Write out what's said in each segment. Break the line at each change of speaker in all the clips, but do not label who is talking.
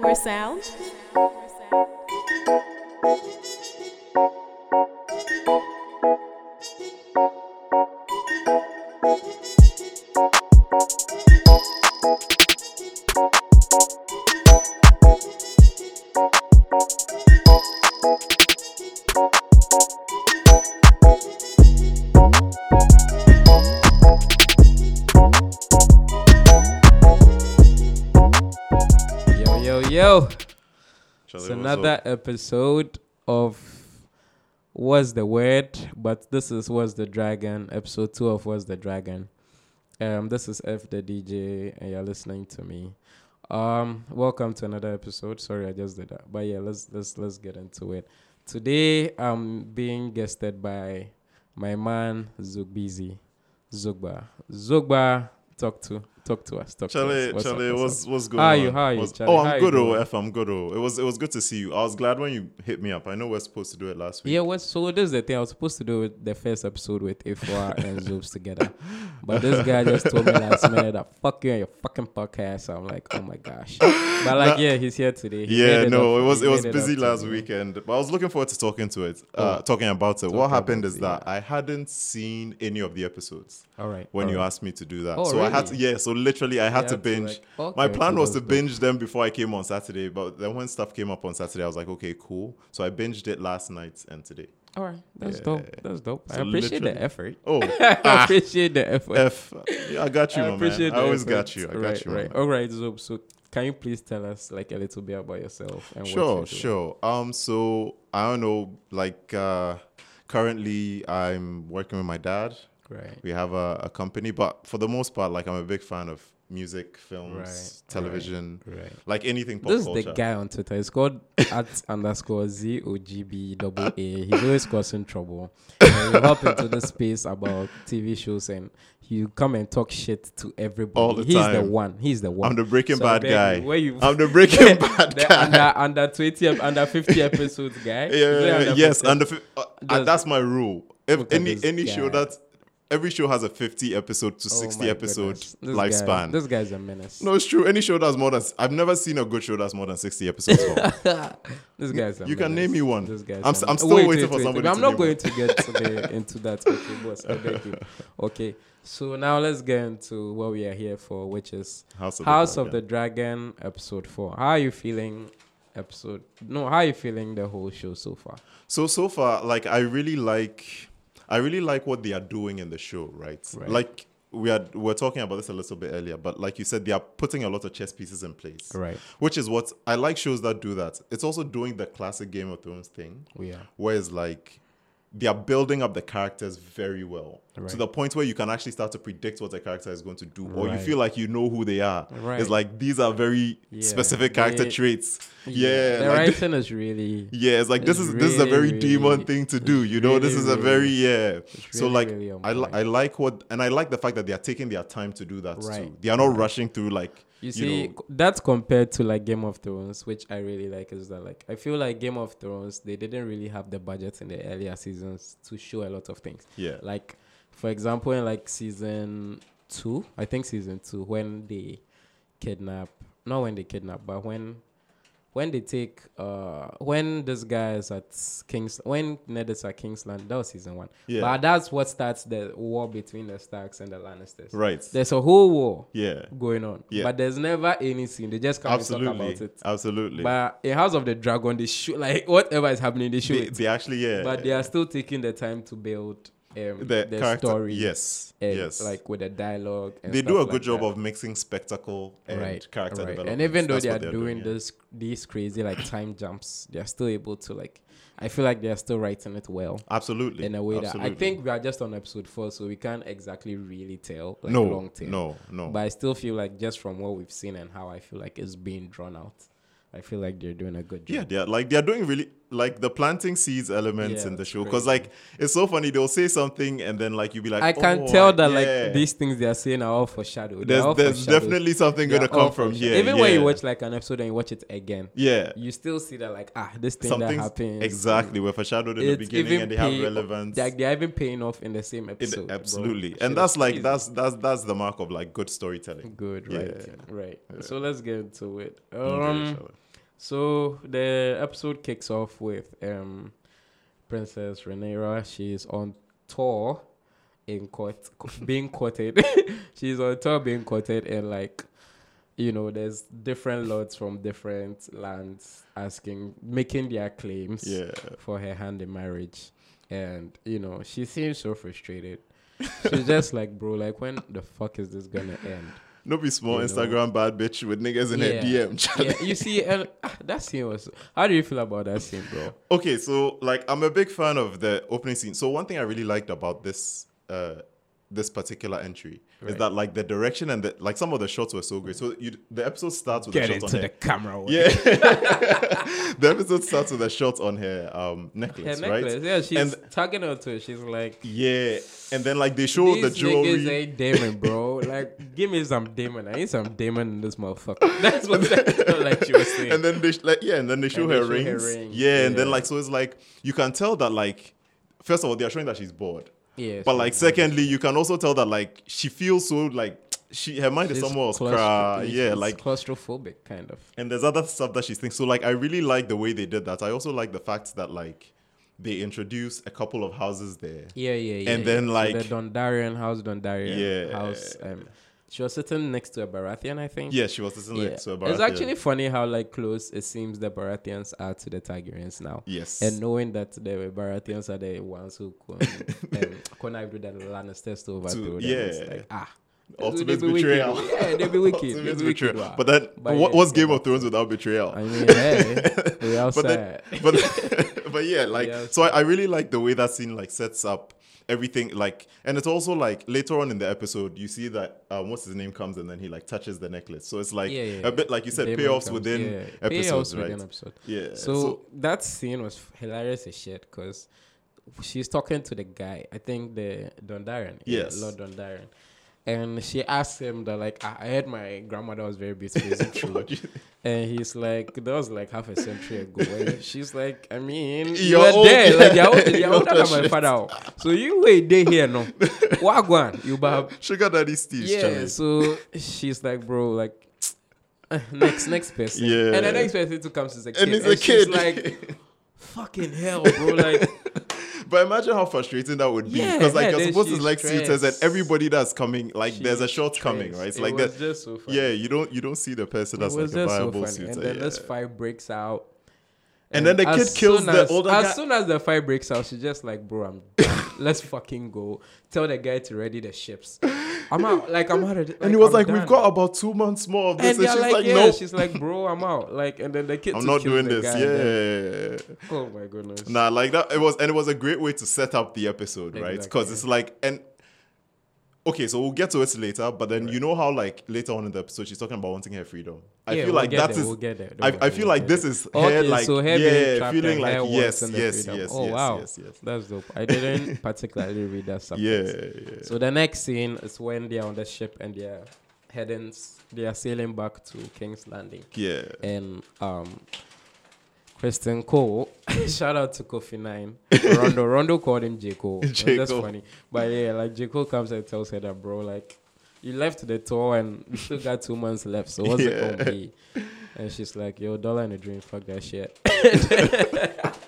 More sound.
Yo, yo, yo.
Charlie,
It's
what's
another
up?
episode of What's the Word? But this is What's the Dragon, episode two of What's the Dragon. Um, this is F the DJ, and you're listening to me. Um, welcome to another episode. Sorry, I just did that. But yeah, let's let's let's get into it. Today I'm being guested by my man Zugbizi. Zugba. Zugba, talk to talk to us. Talk to
Charlie,
us. What's up,
Charlie,
what's up?
what's what's going
How
on?
you- how you,
What's-
Charlie?
oh,
How
I'm
you
good. Oh,
doing?
F, I'm good. Oh, it was it was good to see you. I was glad when you hit me up. I know we're supposed to do it last week.
Yeah, well, so this is the thing. I was supposed to do it the first episode with Ifwa and Zoobs together, but this guy just told me last minute that fuck you and your fucking podcast. So I'm like, oh my gosh. But like, yeah, he's here today. He
Yeah,
made
no,
up-
it was
he
it was
made
busy
up to
last
me.
weekend, but I was looking forward to talking to it, uh,
Oh.
talking about it. What
Talk
happened
about
is
it,
that I hadn't seen any of the episodes
All right.
when
all
you
right.
asked me to do that,
Oh,
so I had to
really?
yeah, so literally I had
You
to
had to,
binge.
like,
My
okay,
plan
so
was to
that's good.
binge them before I came on Saturday, but then when stuff came up on Saturday, I was like, okay, cool. So I binged it last night and today.
all right, that's dope. That's dope. I
So
appreciate
literally-
the effort.
Oh,
I appreciate the effort.
F, yeah, I got you,
I
my
appreciate
man. I
the
always
effort.
got you. I got
right,
you, my
Right.
man.
All right, Zoobs. So can you please tell us like a little bit about yourself and
sure
what you do?
sure um so i don't know like uh currently i'm working with my dad
Right.
we have a, a company but for the most part like i'm a big fan of music films
Right, right,
television
right.
like anything pop
This
culture
is the guy on Twitter. It's called at underscore Z O G B double A. He's always causing trouble. And you hop into this space about TV shows and you come and talk shit to everybody.
All the
He's the
time.
one. He's the one.
i'm the breaking
So I
bad
beg you,
guy
Where you?
i'm the breaking bad
the
guy
under under twenty ep- under fifty episodes guy. Is
yeah,
it
yeah, yeah, yes
50?
under fi- uh, uh,
Does-
that's my rule if
Look at
any
this
any show
guy.
that every show has a 50 episode to
Oh
60
my
episode
goodness. This guy-
lifespan
this guy's a menace.
no it's true any show that's more than i've never seen a good show that's more than 60 episodes long.
This guy's a
You can
menace.
name me one.
This guy's
I'm
a
s- I'm
menace.
still waiting for somebody
I'm
to
not
name
going
one.
to get to the, into that. Okay, boss. I beg you. Okay, so now let's get into what we are here for, which is
House of the
House of
Dragon.
the Dragon, episode four. How are you feeling? Episode no, how are you feeling the whole show so far?
So so far, like I really like, I really like what they are doing in the show, right?
Right.
Like we had we were talking about this a little bit earlier, but like you said, they are putting a lot of chess pieces in place,
Right.
Which is what I like shows that do that. It's also doing the classic Game of Thrones thing,
Yeah.
where it's like they are building up the characters very well
Right.
to the point where you can actually start to predict what the character is going to do, or you
Right.
feel like you know who they are.
Right.
It's like these are very
Yeah.
specific character
They-
traits. Yeah,
the
like-
writing is really
yeah, it's like this
It's
is this is a very
really, really-
demon thing to do,
it's
you know. this
really, Oh
is a very yeah. so
really,
like
really on
I li-
point.
I like what and I like the fact that they are taking their time to do that too.
Right.
They are not rushing through like
You see,
know,
c- that's compared to like Game of Thrones, which I really like. Is that like I feel like Game of Thrones, they didn't really have the budget in the earlier seasons to show a lot of things.
Yeah.
Like, for example, in like season two, I think season two, when they kidnap, not when they kidnap, but when when they take uh when this guy is at Kings when Ned is at Kingsland, that was season one.
Yeah.
But that's what starts the war between the Starks and the Lannisters.
right.
There's a whole war
Yeah.
going on.
Yeah.
But there's never any scene. They just come and talk about
Absolutely.
it.
Absolutely.
But in House of the Dragon, they shoot like whatever is happening, they shoot
they,
it.
they actually yeah.
but they are still taking the time to build um,
the
the
character
story.
yes.
and,
yes.
Like with the dialogue. And
they do a
stuff
good
like
job
that.
of mixing spectacle and character development.
And even though
That's
they are
what
doing,
yeah.
this these crazy like time jumps, they are still able to like. I feel like they are still writing it well.
absolutely
In a way that I
absolutely.
think we are just on episode four, so we can't exactly really tell like
no
long tail.
no no
But I still feel like just from what we've seen and how I feel like it's being drawn out, I feel like they're doing a good
Yeah,
job.
they are like they are doing really like the planting seeds elements
Yeah,
in the
that's
show because like it's so funny they'll say something and then like you'll be like
I can
"Oh,
tell that
yeah."
like these things they are saying are all foreshadowed. They're all
there's, there's
foreshadowed.
definitely something
They are
gonna
all
come from
foreshadowed.
here
Even when you
yeah.
watch like an episode and you watch it again,
yeah
you still see that like ah this thing that
something
happened
exactly were foreshadowed in the beginning and they have relevance
Like they are even paying off in the same
It-
episode. bro.
absolutely
Shit
and
is
that's like
crazy.
that's that's that's the mark of like good storytelling
good,
Yeah.
right? Right. So let's get into it. Um,
Okay, inshallah.
So the episode kicks off with um, Princess Rhaenyra. She is on tour, in court, being courted. She's on tour being courted, and like, you know, there's different lords from different lands asking, making their claims
yeah
for her hand in marriage. And, you know, she seems so frustrated. She's just like, bro, like, when the fuck is this gonna end?
no be small
You know.
instagram bad bitch with niggas in
Yeah.
her dm chat.
Yeah, you see, and ah, that scene was. How do you feel about that scene, bro?
Okay, so like I'm a big fan of the opening scene. So one thing I really liked about this uh this particular entry is
Right.
that like the direction and the like some of the shots were so great. So you the episode starts with the shot on her.
camera.
Yeah. the episode starts with a shot on her um
Her
necklace,
necklace,
right?
yeah, she's
And-
tugging onto it. She's like,
Yeah. And then like they show
"These
the
niggas
jewelry.
ain't Damon, bro. Like, give me some Damon. I need some Damon in this motherfucker." That's what that felt like she was saying.
And then they sh- like yeah, and then they show,
And they
her,
show her
rings.
rings,
Yeah, and then
yeah.
like so it's like you can tell that like first of all they are showing that she's bored.
yeah,
But
she's
like, secondly, you can also tell that like she feels so like she her mind is
she's
somewhere else.
claustro-
cra- yeah,
she's
like
claustrophobic, kind of.
and there's other stuff that she's thinking. So like, I really like the way they did that. I also like the fact that like they introduce a couple of houses there.
Yeah, yeah, yeah.
And then,
yeah.
like-
so the Dondarian house, Dondarian
Yeah.
house. Um, she was sitting next to a Baratheon, I think.
Yeah, she was listening
Yeah.
like, to a
It's
Baratheon.
actually funny how like close it seems the Baratheons are to the Targaryens now.
yes.
And knowing that the Baratheons are the ones who con- um, connived with the Lannisters to overthrow them, it's
yeah.
like ah,
ultimate
they be wicked.
betrayal.
Yeah, they be wicked. they
Ultimate
be wicked.
betrayal.
wah.
But then,
But
what,
yeah,
what's
yeah,
Game
but-
of Thrones without betrayal?
I mean, hey, we outside.
but then, but but yeah, like
Yeah.
so I, I really like the way that scene like sets up everything like and it's also like later on in the episode you see that um, what's his name comes and then he like touches the necklace so it's like
Yeah, yeah,
a bit like you said
Damon
payoffs
comes.
within
Yeah,
episodes
payoffs
right
within episode.
yeah
So, that scene was hilarious as shit because she's talking to the guy. I think the Dondarrion. yeah,
Yes.
Lord Dondarrion. And she asks him that like I I heard my grandmother was very beautiful. Is it true?
What do you-
and he's like, that was like half a century ago. And she's like, I mean,
You're
you're,
old,
there. Like
yeah.
you're, old,
You're
you're older
old as
than my
shit.
father. oh. So you wait there here no. Wagwan, you bab.
sugar daddy Steve's
Yeah.
challenge
So she's like, bro, like eh, next next person.
Yeah.
And the next person who comes is a kid.
and he's a
she's
kid
like fucking hell, bro. Like,
but imagine how frustrating that would be
Yeah,
because like
yeah,
you're
then
supposed to
she's
like suitors and
stressed.
everybody that's coming like there's a
she's
shortcoming
stressed.
right it's
It
like
was
that
just so funny.
yeah you don't you don't see the person that's
it was
like a
just so
viable
funny.
suitor
and then
yeah.
this fight breaks out.
And then the
as
kid kills
soon
the
as,
older
As
guy.
soon as the fight breaks out, she's just like, "Bro, I'm done. Let's fucking go. Tell the guy to ready the ships. I'm out. Like I'm out of.
and he was
I'm
like,
done."
"We've got about two months more of this."
And
And,
they're
she's
like,
like,
"Yeah."
"No,
She's like, "Bro, I'm out." Like, and then the kid.
I'm
too
not
kills
doing
the
this."
guy, then-
Yeah.
Oh my goodness.
Nah, like that. It was, and it was a great way to set up the episode, right? Because
Exactly.
it's like, and okay, so we'll get to it later. But then you know how, like later on in the episode, she's talking about wanting her freedom. I
Yeah,
feel
we'll
like
get
that
there,
is.
we'll get there. Don't
I,
worry,
I feel
we'll
like
get
this
there.
is her,
Okay,
like
so her being
yeah,
trapped
feeling
and
like
her wants
yes,
and the
yes,
freedom.
yes,
oh
yes,
wow,
yes, yes,
that's dope. I didn't particularly read that stuff.
yeah, yeah.
So the next scene is when they are on the ship and they are heading, s- they are sailing back to King's Landing.
yeah.
And um, Kristen Cole, shout out to Kofi Nine, Rondo. Rondo called him J Cole. And
J.
That's
Cole.
funny. But yeah, like J Cole comes and tells her that, bro, like you left the tour and you still got two months left. So what's it
Yeah.
gonna be? And she's like, yo, dollar and a dream, fuck that shit.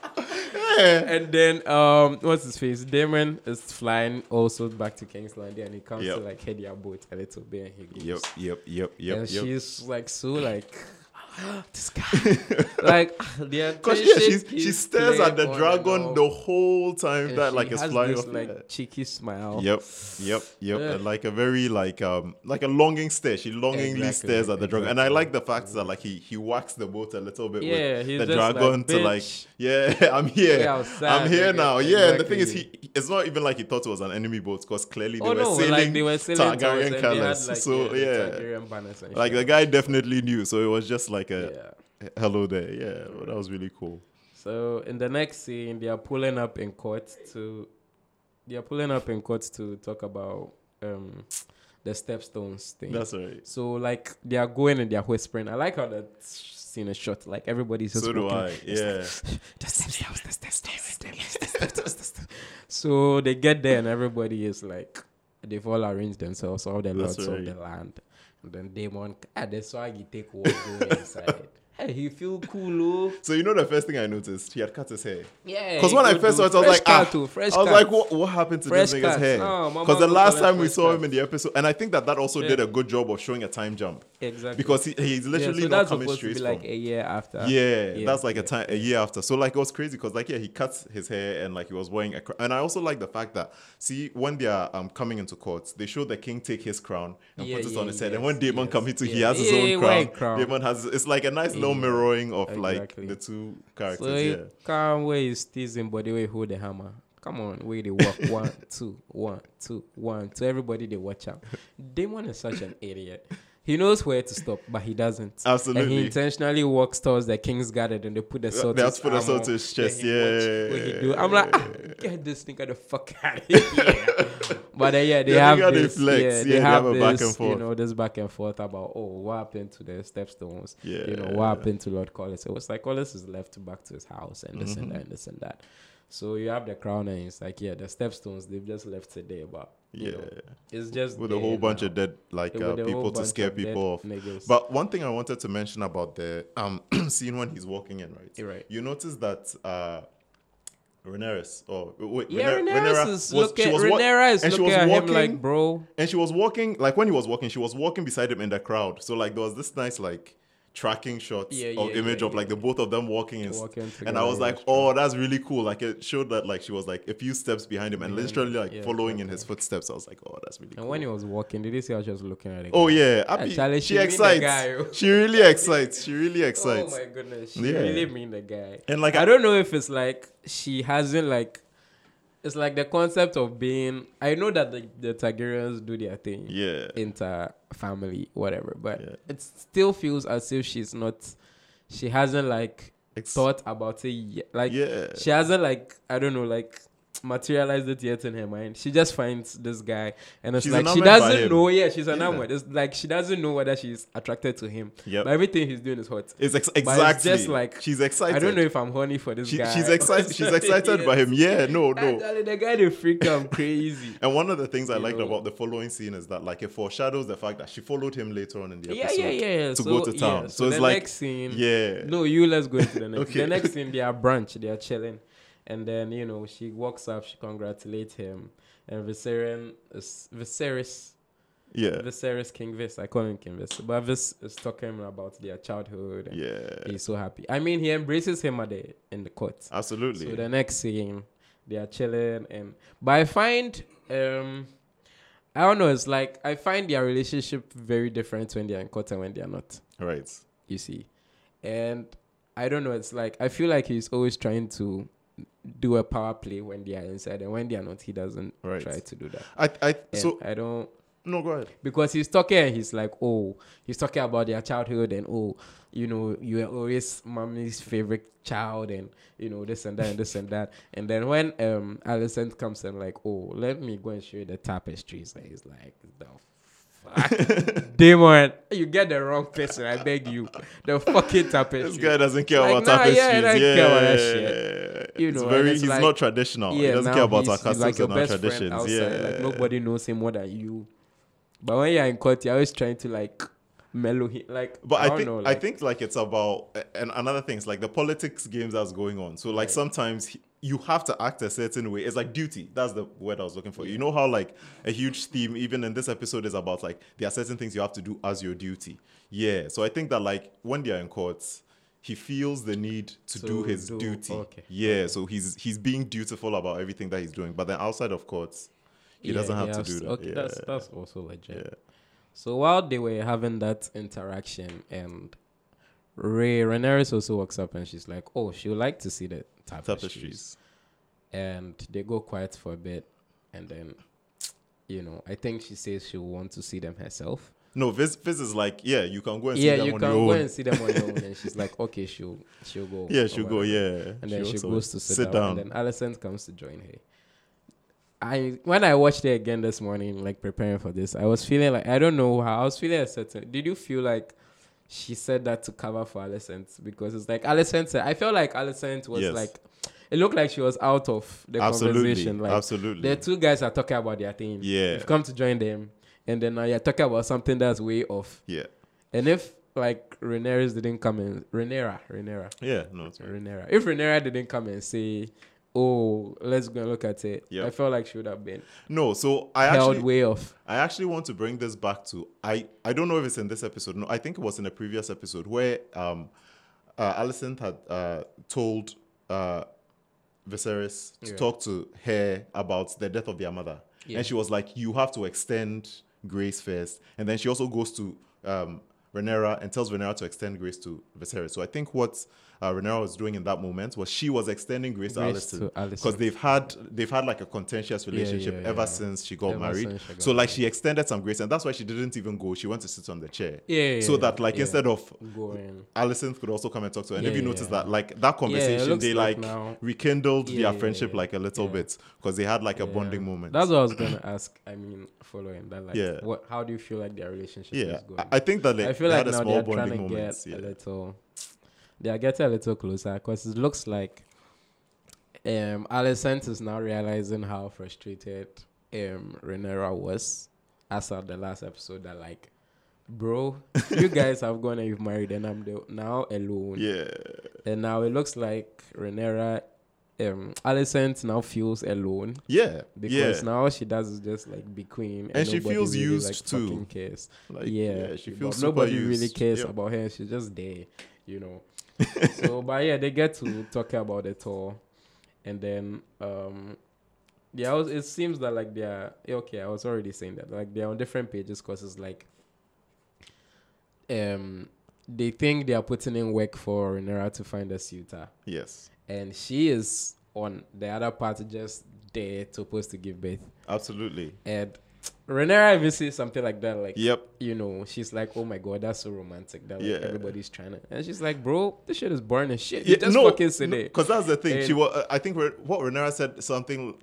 And then um, what's his face? Damon is flying also back to King's Landing, and he comes
Yep.
to like head your boat a little bit, and he goes.
Yep, yep, yep,
and
yep, yep.
she's like so like this guy, like the
Because yeah,
attention
she's, she
is
stares at
playing
the
on
dragon
and
the
off,
whole time
and
that
she
like is
has
flying
this,
off.
like cheeky smile.
Yep, yep, yep.
Yeah.
And like a very like um like a longing stare. She longingly
Exactly,
stares at the dragon, and I
exactly.
like the fact that like he he whacks the boat a little bit
Yeah,
with
he's
the
just like,
dragon to like
"Bitch,
yeah I'm here
we outside,
I'm here
nigga."
now yeah. And the thing is
Exactly.
he it's not even like he thought it was an enemy boat because clearly they
oh
were
no,
sailing
like they were sailing towards and
Targaryen
they
colors.
had like
so
yeah,
yeah,
the Targaryen banners and
like the
shit.
guy definitely knew. So it was just like a
Yeah.
hello there yeah. But that was really cool.
So in the next scene, they are pulling up in court to, they are pulling up in court to talk about um, the stepstones thing.
That's right.
so like they are going and they are whispering. I like how that scene is shot. Like everybody's just
So do
walking.
I. Yeah.
The stepstones, the stepstones, the stepstones, the stepstones. So they get there and everybody is like, they've all arranged themselves, all the lords
That's
of
right.
the land. And then Damon, ah, the swaggy take walk go inside. Hey, he feel cool, oh.
So you know the first thing I noticed, he had cut his hair.
Yeah.
Because when I
Eh, good
first saw
dude.
it, I was
Fresh
like,
cut
ah.
too, fresh
I was
cut.
like, what, what happened to
Fresh
this nigga's
cut. Oh,
hair?
No, mama
Because the
go
last
collect
time we
fresh
saw him
cut.
in the episode, and I think that that also
Yeah.
did a good job of showing a time jump.
Exactly.
Because he, he's literally
yeah, so
not
that's
coming
supposed
straight
to be
from.
like a year after.
yeah, that's like
yeah.
a time a year after. So like it was crazy because like yeah, he cuts his hair and like he was wearing a crown. And I also like the fact that see when they are um coming into court, they show the king take his crown and
Yeah,
put it
yeah,
on his head.
yes,
and when Damon
yes,
comes into, he
yeah.
has his
Yeah,
own
yeah,
crown.
white crown.
Damon has it's like a nice little
Yeah,
mirroring of
exactly.
like the two characters.
So
yeah.
he can't wait steezing, but the way he hold the hammer. Come on, way they walk one, two, one, two, one, two. Everybody they watch out. Damon is such an idiot. He knows where to stop, but he doesn't. And
Absolutely.
he intentionally walks towards the king's garden and they put the sword. to
that's
his
put the sword
armor.
to his
Then
chest,
he watch
yeah.
what he do. I'm like, "Ah, get this nigga the fuck out of here. but then, yeah, they
Yeah,
have
nigga, they
this.
flex.
Yeah, they,
Yeah,
have,
a
this,
back and
You
forth.
know, this back and forth about oh, what happened to the stepstones? you know
Yeah.
what happened to Lord Collis. It was like Collis is left back to his house and this
Mm-hmm.
and that and this and that. So you have the crown and it's like yeah, the stepstones they've just left it there, but you know,
Yeah.
it's just
with a whole
there
bunch
now.
of dead like
Yeah,
uh,
with a whole
people to
bunch
scare
of dead
people off.
niggas.
But one thing I wanted to mention about the um scene when he's walking in, right?
You're right.
You notice that uh Rhaenyra's or wait,
yeah,
Rhaenyra-
Renera
Rhaenyra
is
was- she
looking.
was wa-
Renera is
and she
looking
was
at him
walking
like, bro.
and she was walking like when he was walking, she was walking beside him in the crowd. So like there was this nice like tracking shot
Yeah,
or
yeah,
image
yeah,
of like the both of them walking, in,
Walking
and
together,
I was
yeah,
like,
that's true.
oh, that's really cool. Like it showed that like she was like a few steps behind him and
Behind him,
literally like
yeah,
following in
exactly.
his footsteps. I was like, oh, that's really.
And
cool.
when he was walking, did you see how she was looking at him?
Oh yeah, Abby,
Charlie, she
she
mean the
excites.
guy, oh.
she really excites. She really
Oh
excites.
my goodness, she
Yeah.
really mean the guy.
And, like,
I,
I-
don't know if it's like she hasn't like. It's like the concept of being. I know that the, the Targaryens do their thing,
yeah,
inter family, whatever, but
Yeah.
it still feels as if she's not. She hasn't like
Ex-
thought about it yet. Like
Yeah.
she hasn't like I don't know like materialized it yet in her mind. She just finds this guy and it's
She's
like she
enamored by
doesn't
him.
know. Yeah, she's
Yeah.
enamored. It's like she doesn't know whether she's attracted to him.
Yep.
But everything he's doing is hot.
it's ex-
it's
exactly.
just like-
she's excited.
I don't know if I'm horny for this
She-
guy.
she's excited. She's excited by him. Yeah, no,
I'm
no.
telling you, the guy they freak I'm crazy.
And one of the things I liked
know.
about the following scene is that like it foreshadows the fact that she followed him later on in the
Yeah,
episode
yeah, yeah, yeah.
to
so,
go to
yeah,
town.
so,
so it's
the
like
next scene.
yeah,
No, you let's go into the next.
Okay.
The next scene, they are brunch, they are chilling, and then you know she walks up, she congratulates him, and Viserion is Viserys,
yeah,
Viserys King Vis. I call him King Vis, but Vis is talking about their childhood. And
yeah,
he's so happy. I mean, he embraces him at the in the court.
absolutely.
So the next scene, they are chilling, and but I find um, I don't know. It's like I find their relationship very different when they are in court and when they are not.
right.
You see, and I don't know. It's like I feel like he's always trying to do a power play when they are inside, and when they are not, he doesn't
Right.
try to do that.
I, I,
And
so
I don't
no, go ahead.
because he's talking and he's like, oh, he's talking about their childhood and oh, you know, you were always mommy's favorite child and you know this and that and this and that. And then when um Alicent comes and like, oh, let me go and show you the tapestries, and he's like, the fuck, Damon, you get the wrong person. I beg you, the fucking tapestry.
This guy doesn't care
Like,
about
nah, yeah,
tapestries.
I don't care about that
yeah.
You
it's
know, and
very,
it's
he's
like-
not traditional. he doesn't
now
care about
he's-
our
he's
customs
like your
and our
best friend
traditions.
outside,
Yeah,
like nobody knows him more than you. But when you're in court, you're always trying to like mellow him. Like,
But
I,
I,
don't
think
know,
I
like,
think like it's about a- and another thing is like the politics games that's going on. So like sometimes he- you have to act a certain way. It's like duty. That's the word I was looking for. You know how like a huge theme even in this episode is about like there are certain things you have to do as your duty. Yeah. So I think that like when they are in courts, he feels the need to do
To
his
do-
duty.
okay.
Yeah. So he's he's being dutiful about everything that he's doing. But then outside of courts, he
Yeah,
doesn't have
he
to
has-
do that.
Okay,
yeah.
that's that's also legit. So while they were having that interaction, and Ray Renaris also walks up and she's like, "Oh, she would like to see the tapestries."
Tapestries.
And they go quiet for a bit, and then, you know, I think she says she will want to see them herself.
No, Viz, Viz is like, yeah, you can go and
yeah,
see them
you
on
can
your
go
own.
and see them on your own. And she's like, okay, she'll she'll go.
yeah,
or
she'll go,
whatever.
yeah.
And then she,
also
goes to sit, down. And then Alison comes to join her. I when I watched it again this morning, like preparing for this, I was feeling like I don't know how I was feeling a certain. Did you feel like she said that to cover for Alison because it's like Alison said? I felt like Alison was
Yes.
like it looked like she was out of the
absolutely.
conversation. Like
absolutely.
the two guys are talking about their thing.
Yeah.
you've come to join them, and then now you're talking about something that's way off.
yeah.
And if like Rhaenyra didn't come in, Rhaenyra, Rhaenyra,
Yeah. No, it's right.
Renera. If Renera didn't come and say, "Oh, let's go and look at it,"
Yep.
I felt like she would have been
no. So I
held
actually,
way off.
I actually want to bring this back to I I don't know if it's in this episode. No, I think it was in a previous episode where um uh Alicent had uh told uh Viserys to
Yeah.
talk to her about the death of their mother.
Yeah.
And she was like, You have to extend grace first. And then she also goes to um Renera and tells Renera to extend grace to Viserys. So I think what uh, Renera was doing in that moment was she was extending grace,
Grace
to
to
Alicent because
Alicent.
they've had they've had like a contentious relationship
yeah,
ever
yeah.
since she got
Ever
married.
since she got
So like she extended some grace, and that's why she didn't even go. She went to sit on the chair.
Yeah, yeah,
so that
yeah,
like
yeah.
instead of
Going.
Alison could also come and talk to her. And
Yeah,
if you
yeah,
notice
yeah.
that like that conversation,
looks
they
like
like,
now-
rekindled
Yeah,
their
yeah,
friendship
yeah,
like a little
yeah.
bit because they had like a bonding
Yeah.
moment.
That's what I was gonna ask. I mean, following that, like,
Yeah.
what? How do you feel like their relationship
yeah,
is going?
I, I think that they,
I feel
they
like
had a
now they're
small
trying to
bonding moment.
get
Yeah.
a little. They are getting a little closer because it looks like, um, Alicent is now realizing how frustrated um Renera was as of the last episode. That like, bro, you guys have gone and you've married, and I'm the, now alone.
yeah,
And now it looks like Renera, um, Alicent now feels alone
yeah,
because
yeah.
now all she does is just like be queen, and,
And she
nobody
feels
really,
used
like,
too.
fucking Cares.
Like,
yeah,
she
but
feels super
nobody
used.
really cares
Yeah.
about her. She's just there, you know. so, but yeah, they get to talk about it all, and then um, yeah, I was- it seems that like they are yeah, okay. I was already saying that like they are on different pages because it's like um they think they are putting in work for Renera to find a suitor
yes,
and she is on the other part just there supposed to give birth
absolutely.
and Renera even says something like that like
Yep.
you know she's like oh my god that's so romantic that like
Yeah.
everybody's trying to and she's like bro this shit is boring as shit you just fucking sit there
Because that's the thing. she
And-
was. I think Re- what Renera said something.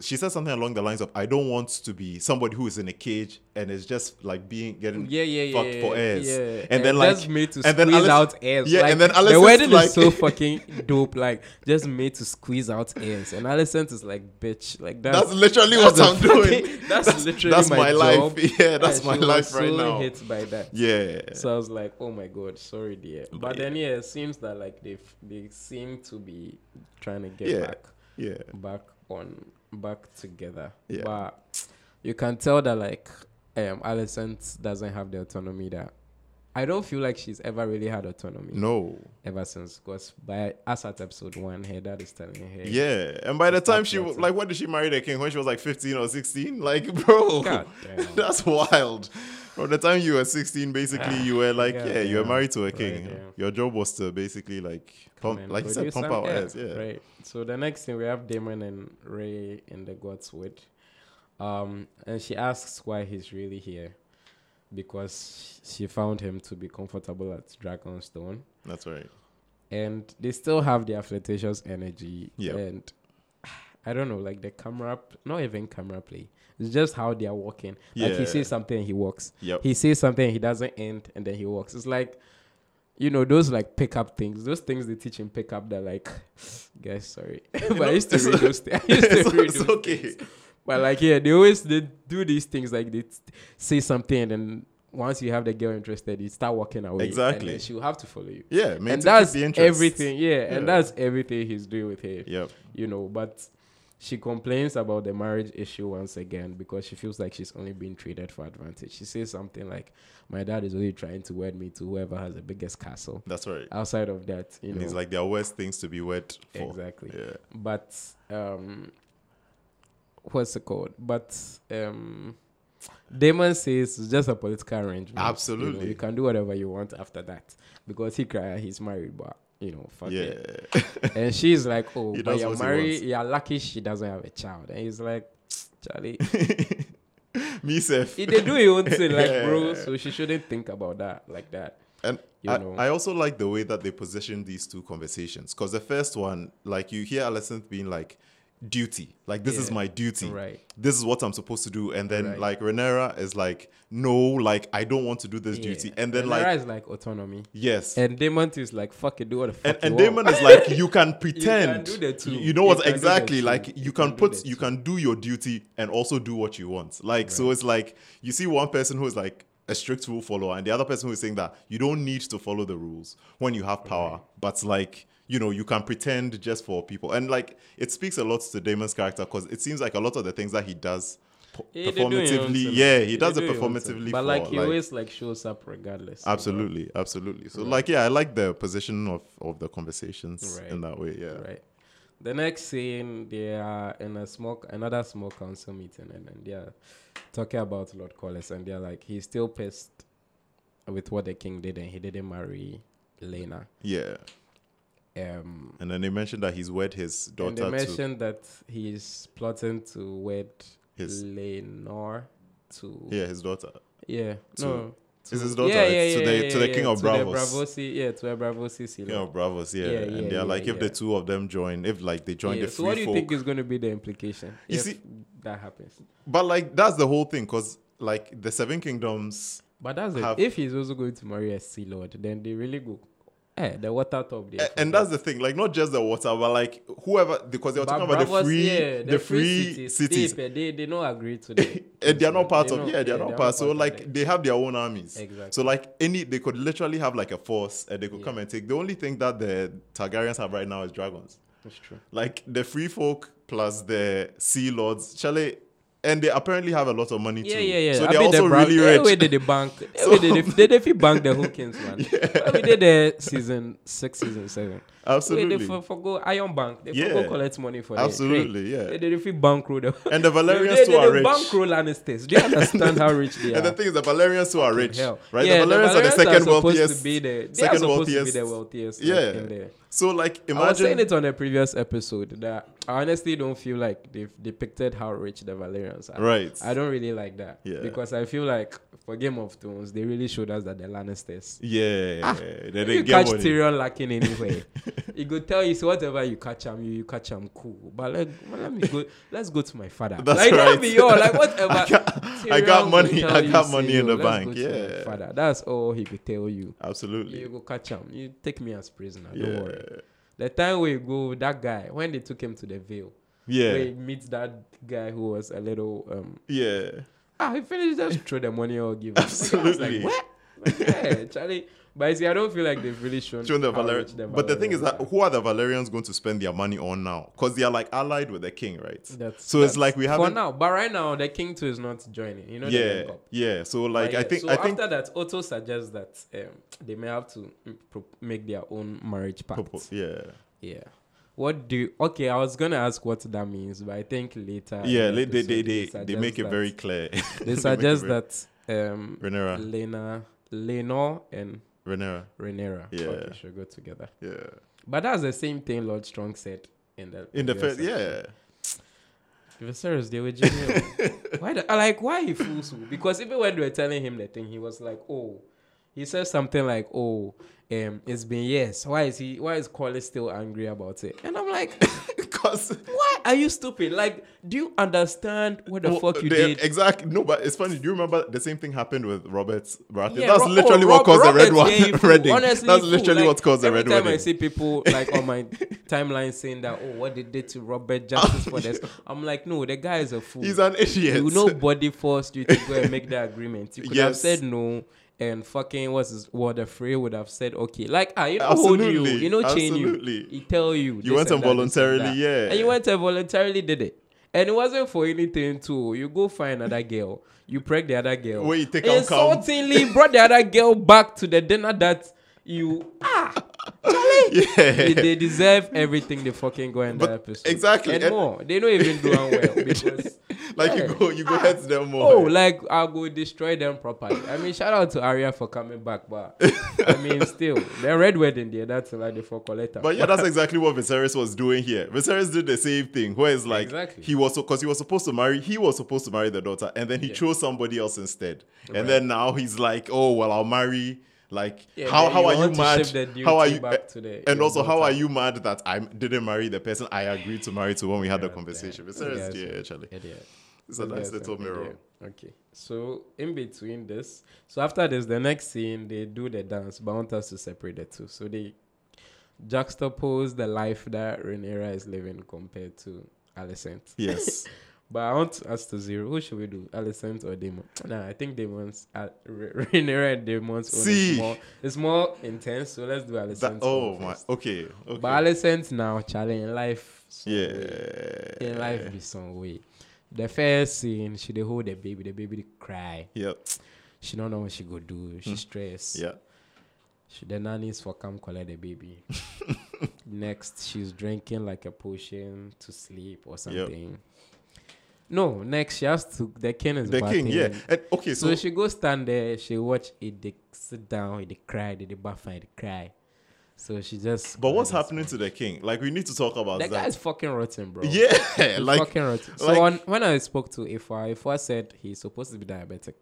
She said something along the lines of, "I don't want to be somebody who is in a cage and is just like being getting
yeah, yeah, yeah,
fucked for
yeah,
airs."
yeah.
And, then like,
just made to
and then
squeeze
Alice-
out airs.
Yeah,
like,
and then
the
Alicent's
wedding
like,
is so fucking dope. Like, just made to squeeze out airs, and Alicent is like, bitch, like that's,
That's literally
that's
what
a
I'm doing.
fucking- That's, literally
that's my life.
job.
Yeah, that's
And
my
she was
life right
so
now.
Hit by that.
yeah,
So I was like, oh my god, sorry dear. But,
But yeah.
then yeah, it seems that like they f- they seem to be trying to get
Yeah.
back
yeah,
back on back together.
Yeah.
But you can tell that like um Alicent doesn't have the autonomy that I don't feel like she's ever really had autonomy
no,
ever since because by as at episode one, her dad is telling her
yeah. And by the
It's not
time she w-
better.
like, when did she marry the king? When she was like 15 or 16? Like, bro,
God damn.
that's wild. From the time you were 16, basically, you were like,
God
yeah, you were
damn.
married to a
Right,
king.
yeah.
Your job was to basically like
"Come
pump,
and
like you said,
produce
pump
some
out
air."
ass. Yeah,
Right. So the next thing we have Damon and Ray in the Godswood. Um and she asks why he's really here. Because she found him to be comfortable at Dragonstone.
that's right.
and they still have their flirtatious energy.
Yep.
And I don't know, like the camera, p- not even camera play. It's just how they are walking. Like
Yeah.
he says something, and he walks.
Yep.
He says something, and he doesn't end, and then he walks. It's like, you know, those like pickup things. Those things they teach in pickup. They're like, guys, sorry, but I used to
it's-
read those. Th- I used to
it's,
read
it's
those
okay.
but like yeah, they always they do these things like they t- say something and then once you have the girl interested, you start walking away. and
Exactly.
then she'll have to follow you.
Yeah, man.
and that's
the interest.
everything. Yeah, and
Yeah.
that's everything he's doing with her.
Yep.
You know, but she complains about the marriage issue once again because she feels like she's only being treated for advantage. She says something like, "My dad is only trying to wed me to whoever has the biggest castle."
That's right.
Outside of that, you
And
know,
it's like there are worse things to be wed for.
exactly
Yeah.
but um what's it called but um Damon says it's just a political arrangement. You know, You,
Absolutely.
can do whatever you want after that. Because he cry he's married, but you know, fuck
Yeah.
it. And she's like, Oh,
He
but
does
you're
what he
married,
wants.
you're lucky she doesn't have a child. And he's like, Charlie,
Me, Seth.
If they do it, would say like,
Yeah.
bro. So she shouldn't think about that like that.
And
you
I,
know.
I also like the way that they position these two conversations because the first one, like you hear Alison being like, duty, like this is
Yeah.
my duty,
Right.
This is what I'm supposed to do, and then
Right.
like Renera is like, no, like I don't want to do this duty, and then
Lara
like
is like autonomy,
yes, and
and Damon is like, fuck it, do what the fuck.
and,
you
Damon
want.
is like, you can pretend,
do the two.
You know
You
what
can do the
exactly
two.
like you,
You
can,
can do
put
the
you
two.
can do your duty and also do what you want, like so it's like you see one person who is like. A strict rule follower, and the other person who is saying that you don't need to follow the rules when you have power, but like you know, you can pretend just for people, and like it speaks a lot to Damon's character because it seems like a lot of the things that he does po-
Yeah, they do it on
performatively,
some-
yeah, he
they
does
do
it
on some-
performatively,
But
for,
like he always like shows up regardless. you know?
Absolutely, absolutely. So, like, yeah, I like the position of of the conversations
Right.
in that way. Yeah,
Right. The next scene, they are in a small, another small council meeting, and, and they are talking about Lord Collis, and they're like, he's still pissed with what the king did, and he didn't marry Lena.
yeah.
Um,
And then they mentioned that he's wed his
and they
daughter to
mentioned that he's plotting to wed
His-
Lenore to
yeah his daughter.
yeah
To-
no
It's his daughter.
yeah, yeah,
It's
yeah,
to the
yeah,
to the
yeah,
king of
to
Bravos.
Bravosi- yeah to a Bravosi
King
Silo.
of Bravos. Yeah,
Yeah,
and
yeah,
they're
yeah,
like, if the
yeah.
two of them join, if like they join
yeah.
the
so
free
what do you
folk,
think is going to be the implication
You
if
see-
that happens
but like that's the whole thing, cause like the Seven Kingdoms.
But that's it.
have-
If he's also going to marry a sea lord, then they really go. Eh, the water top there.
a- And that's the thing, like not just the water, but like whoever, because they were talking about the free, the, free, cities,
They, they, they don't agree to that.
and they are not part of
not-
yeah they are not part so
of
like
that.
they have their own armies
Exactly.
so like any they could literally have like a force and they could come and take the only thing that the Targaryens have right now is dragons
that's true.
like the free folk plus the sea lords Charlie and they apparently have a lot of money
Yeah,
too
yeah, yeah.
so
I
they're
mean, the
also
Brown-
really
eh,
rich
where did they bank? so, where did they, they, they bank the whole kings one? When we did the season six, season seven. Where they
absolutely
for, forgo Iron Bank. They
Yeah.
forgo collect money for
Absolutely,
that.
yeah.
They did if bankroll them.
and the Valerians
they,
too
they,
are
they
rich
bankroll Lannisters. Do you understand how rich they are?
and the thing is the Valerians too are rich
hell.
right
Yeah,
the Valerians are the second
supposed
wealthiest
To be the, they are
second
supposed to
wealthiest
be the wealthiest. like,
yeah
in there.
so like
I was saying
imagine
it on a previous episode that I honestly don't feel like they've depicted how rich the Valerians are.
right
I don't really like that.
Yeah.
Because I feel like for Game of Thrones, they really showed us that the Lannisters.
yeah they
If
didn't
Ah, you
get
catch
money.
Tyrion lacking anywhere, he could tell you, so whatever you catch him, you, you catch him cool. But like, well, let me go. Let's go to my father.
That's
like
right.
that'll be all. Like whatever.
I got- I got
Tyrion
money-
could tell
I
you,
got
say,
money in
"Yo,
the
let's
bank."
go to my
Yeah.
father. That's all he could tell you.
Absolutely.
You go catch him. You take me as prisoner.
Yeah.
Don't worry. The time we go, that guy when they took him to the Vale, where he
Yeah.
meets that guy who was a little um.
Yeah.
Ah, he finished just throw the money or give. it. Like, I was
Absolutely.
Like, what? Like, yeah, Charlie. But you see, I don't feel like they've really shown.
Join the
how
Valer-
rich the
but the thing is
Valerians
that
are.
who are the Valerians going to spend their money on now? Because they are like allied with the king, right?
That's-
so it's
that's-
like we
for
haven't.
now. But right now, the king too is not joining. You know, the
yeah,
link up.
yeah. So
But
like I
yeah,
think
so
I think
after that, Otto suggests that um, they may have to mm, pro- make their own marriage pact.
yeah,
Yeah. What do? You, okay, I was gonna ask what that means, but I think later. in
yeah.
the
They, they,
episode,
they, they, they
suggest
make it
that-
very clear.
They suggest that um,
Renera,
Lena, Lenore, and
Renera.
Renera.
Yeah.
Okay, should go together.
Yeah.
But that's the same thing Lord Strong said in the
In the
previous
first,
episode.
yeah,
Viserys, they were genial. why the, I like why he fools who? Because even when they were telling him the thing, he was like, Oh, he said something like, Oh, um, it's been years. Why is he why is Corley still angry about it? And I'm like,
because.
Why are you stupid? Like, do you understand what the fuck you did?
Exactly. No, but it's funny. Do you remember the same thing happened with Robert Baratheon?
Yeah,
That's
Ro-
literally
oh,
what
Rob-
caused the red
Roberts,
one.
yeah, you fool.
Redding.
Honestly,
That's
you fool.
literally
Like,
what caused the
every
red
time I
wedding.
see people like on my timeline saying that, oh, what they did to Robert Justice for this, I'm like, no, the guy is a fool.
He's an idiot.
You nobody forced you to go and make the agreement. You could have
Yes.
said no. And fucking what's his, what the free would have said? Okay, like ah, you know, hold you,
Absolutely,
you know, chain you,
absolutely.
he tell you. this and that, this
went and
and
voluntarily,
that.
yeah.
and you went and voluntarily did it, and it wasn't for anything too. You go find another girl, you preg the other girl,
Where you take out count.
insultingly brought the other girl back to the dinner that you ah They-
yeah.
they deserve everything they fucking got in
But
the episode.
exactly,
And,
and-
more. They don't even do well because
Like
Yeah.
you go, you go head to them more.
oh, like I'll go destroy them properly. I mean, shout out to Aria for coming back, but I mean, still the red wedding there. That's like the for collector.
But yeah, that's exactly what Viserys was doing here. Viserys did the same thing, where it's like
Exactly.
he was because he was supposed to marry, he was supposed to marry the daughter, and then he chose somebody else instead. And then now he's like, oh well, I'll marry. Like
Yeah,
how
but
how
you
are you
want to
mad?
shift the
How are
duty
you? eh,
back to the-
and
your
also, how
daughter.
are you mad that I didn't marry the person I agreed to marry to when we had the conversation?
Yes.
Viserys, yeah, actually,
Idiot.
it's a nice
Yes,
little
okay,
mirror.
there. Okay. So in between this, so after this, the next scene they do the dance, but I want us to separate the two. So they juxtapose the life that Rhaenyra is living compared to Alicent.
Yes,
But I want us to zero. Who should we do, Alicent or Demon? Nah, I think Demon's uh, Rha- Rhaenyra and Demon's own
See.
is more, it's more intense. So let's do Alicent.
that, oh my, okay, okay,
But Alicent now challenge life. some way in
yeah,
life be some way. The first scene, she dey hold the baby, the baby dey cry.
yep,
She don't know what she go do. She stressed.
Hmm. yeah,
She the nannies for come collect the baby. next, she's drinking like a potion to sleep or something. No, next she has to the king is
the king,
bathing.
yeah, and okay,
So,
so
she go stand there, she watch it, they sit down, it they cry, they, they bath and it they cry. So she just
But what's
just-
happening to the king? Like we need to talk about
The guy
that.
is fucking rotten, bro.
yeah,
He's
like
fucking rotten. So
like-
on, when I spoke to Ifa, Ifa said he's supposed to be diabetic,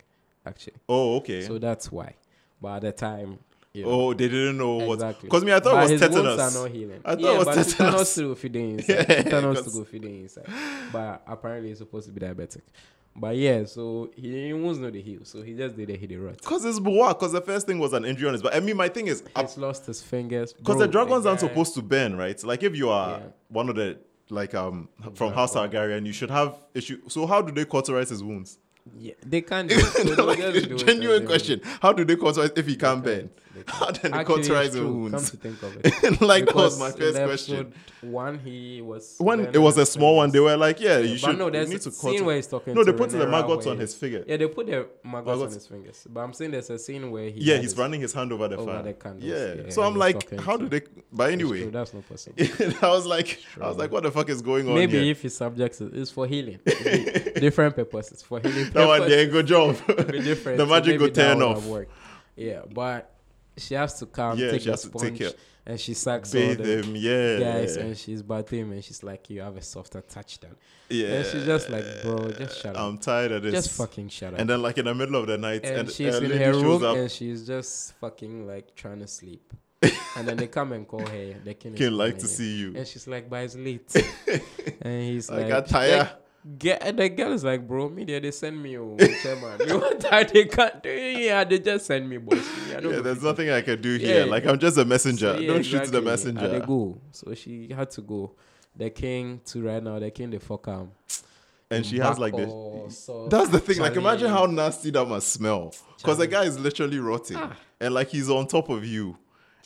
actually.
oh okay.
So that's why. But at the time, you know,
oh, they didn't know what.
Exactly.
Because me, I thought
but
it was
his wounds
tetanus.
are not healing.
I thought
yeah,
it was
but
tetanus.
tetanus to go feed the inside.
Yeah,
tetanus to
'cause-
go feed the inside. But apparently, he's supposed to be diabetic. But yeah, so he, he wants not the heal, so he just did a hit rot.
Because it's boa. Because the first thing was an injury on his. But I mean, my thing is,
He's lost his fingers. Bro,
because Uh, the dragons aren't
guy-
supposed to burn, right? Like if you are
Yeah.
one of the like um from House Targaryen, you should have issue. So how do they cauterize his wounds?
Yeah, they can't. Do it, so they
like,
just do it as
genuine
they
question. How do they cauterize if he can't burn?
They
How do
want.
they
Actually, it's
cauterize his
true, Come
wounds?
to think of it.
like that
Because
was my
in
first
the
question.
episode One he was
When
wearing
it was a small one, they
fingers.
were like, "Yeah, you
but
should."
no,
you
there's
need
a
to
scene
cauterize-
where he's talking
No, they
to
put the
Rhaenyra
maggots on
where-
his figure.
Yeah, they put the maggots on
Maggots.
his fingers. But I'm saying there's a scene where he
Yeah,
had
he's
his-
running his hand over the
over
fan.
the candles,
yeah.
yeah,
So
and
I'm
he's
like,
talking
how
to-
do they? But
It's true,
anyway,
that's not possible.
I was like, I was like, what the fuck is going on
Maybe
here?
if his subjects is it's for healing, It'd be different purposes for healing.
That one,
purposes.
there, good job.
be different.
the
so
magic
maybe
will turn
that would have
off.
worked. Yeah, but she has to come,
Yeah,
take
she
the
has to take
sponge,
care-
and she sucks
Bathe
all the
him, yeah.
guys, and she's bathing him, and she's like, "You have a softer touch than."
yeah.
And she's just like, "Bro, just shut up,
I'm tired of this.
just fucking shut up."
And then, like in the middle of the night,
and,
and,
she's
a
in
lady
her
shows
room
up.
and she's just fucking like trying to sleep. and then they come and call her. They can
Can like to see you.
And she's like, but it's late. and he's
I
like,
got tired.
Get, the girl is like, bro, me there, they send me home. Chairman, you want that? They can't do it. Yeah, they just send me, boss. Me, I don't
Yeah,
go
there's
fit up."
nothing I can do here.
Yeah.
Like I'm just a messenger.
So, yeah,
Don't shoot
exactly.
the
And
messenger.
they go. So she had to go. The king to right now, the king, the fuck him.
and she has like this.
this.
That's the thing. Like, imagine how nasty that must smell. Because the guy is literally rotting,
Ah.
and like he's on top of you,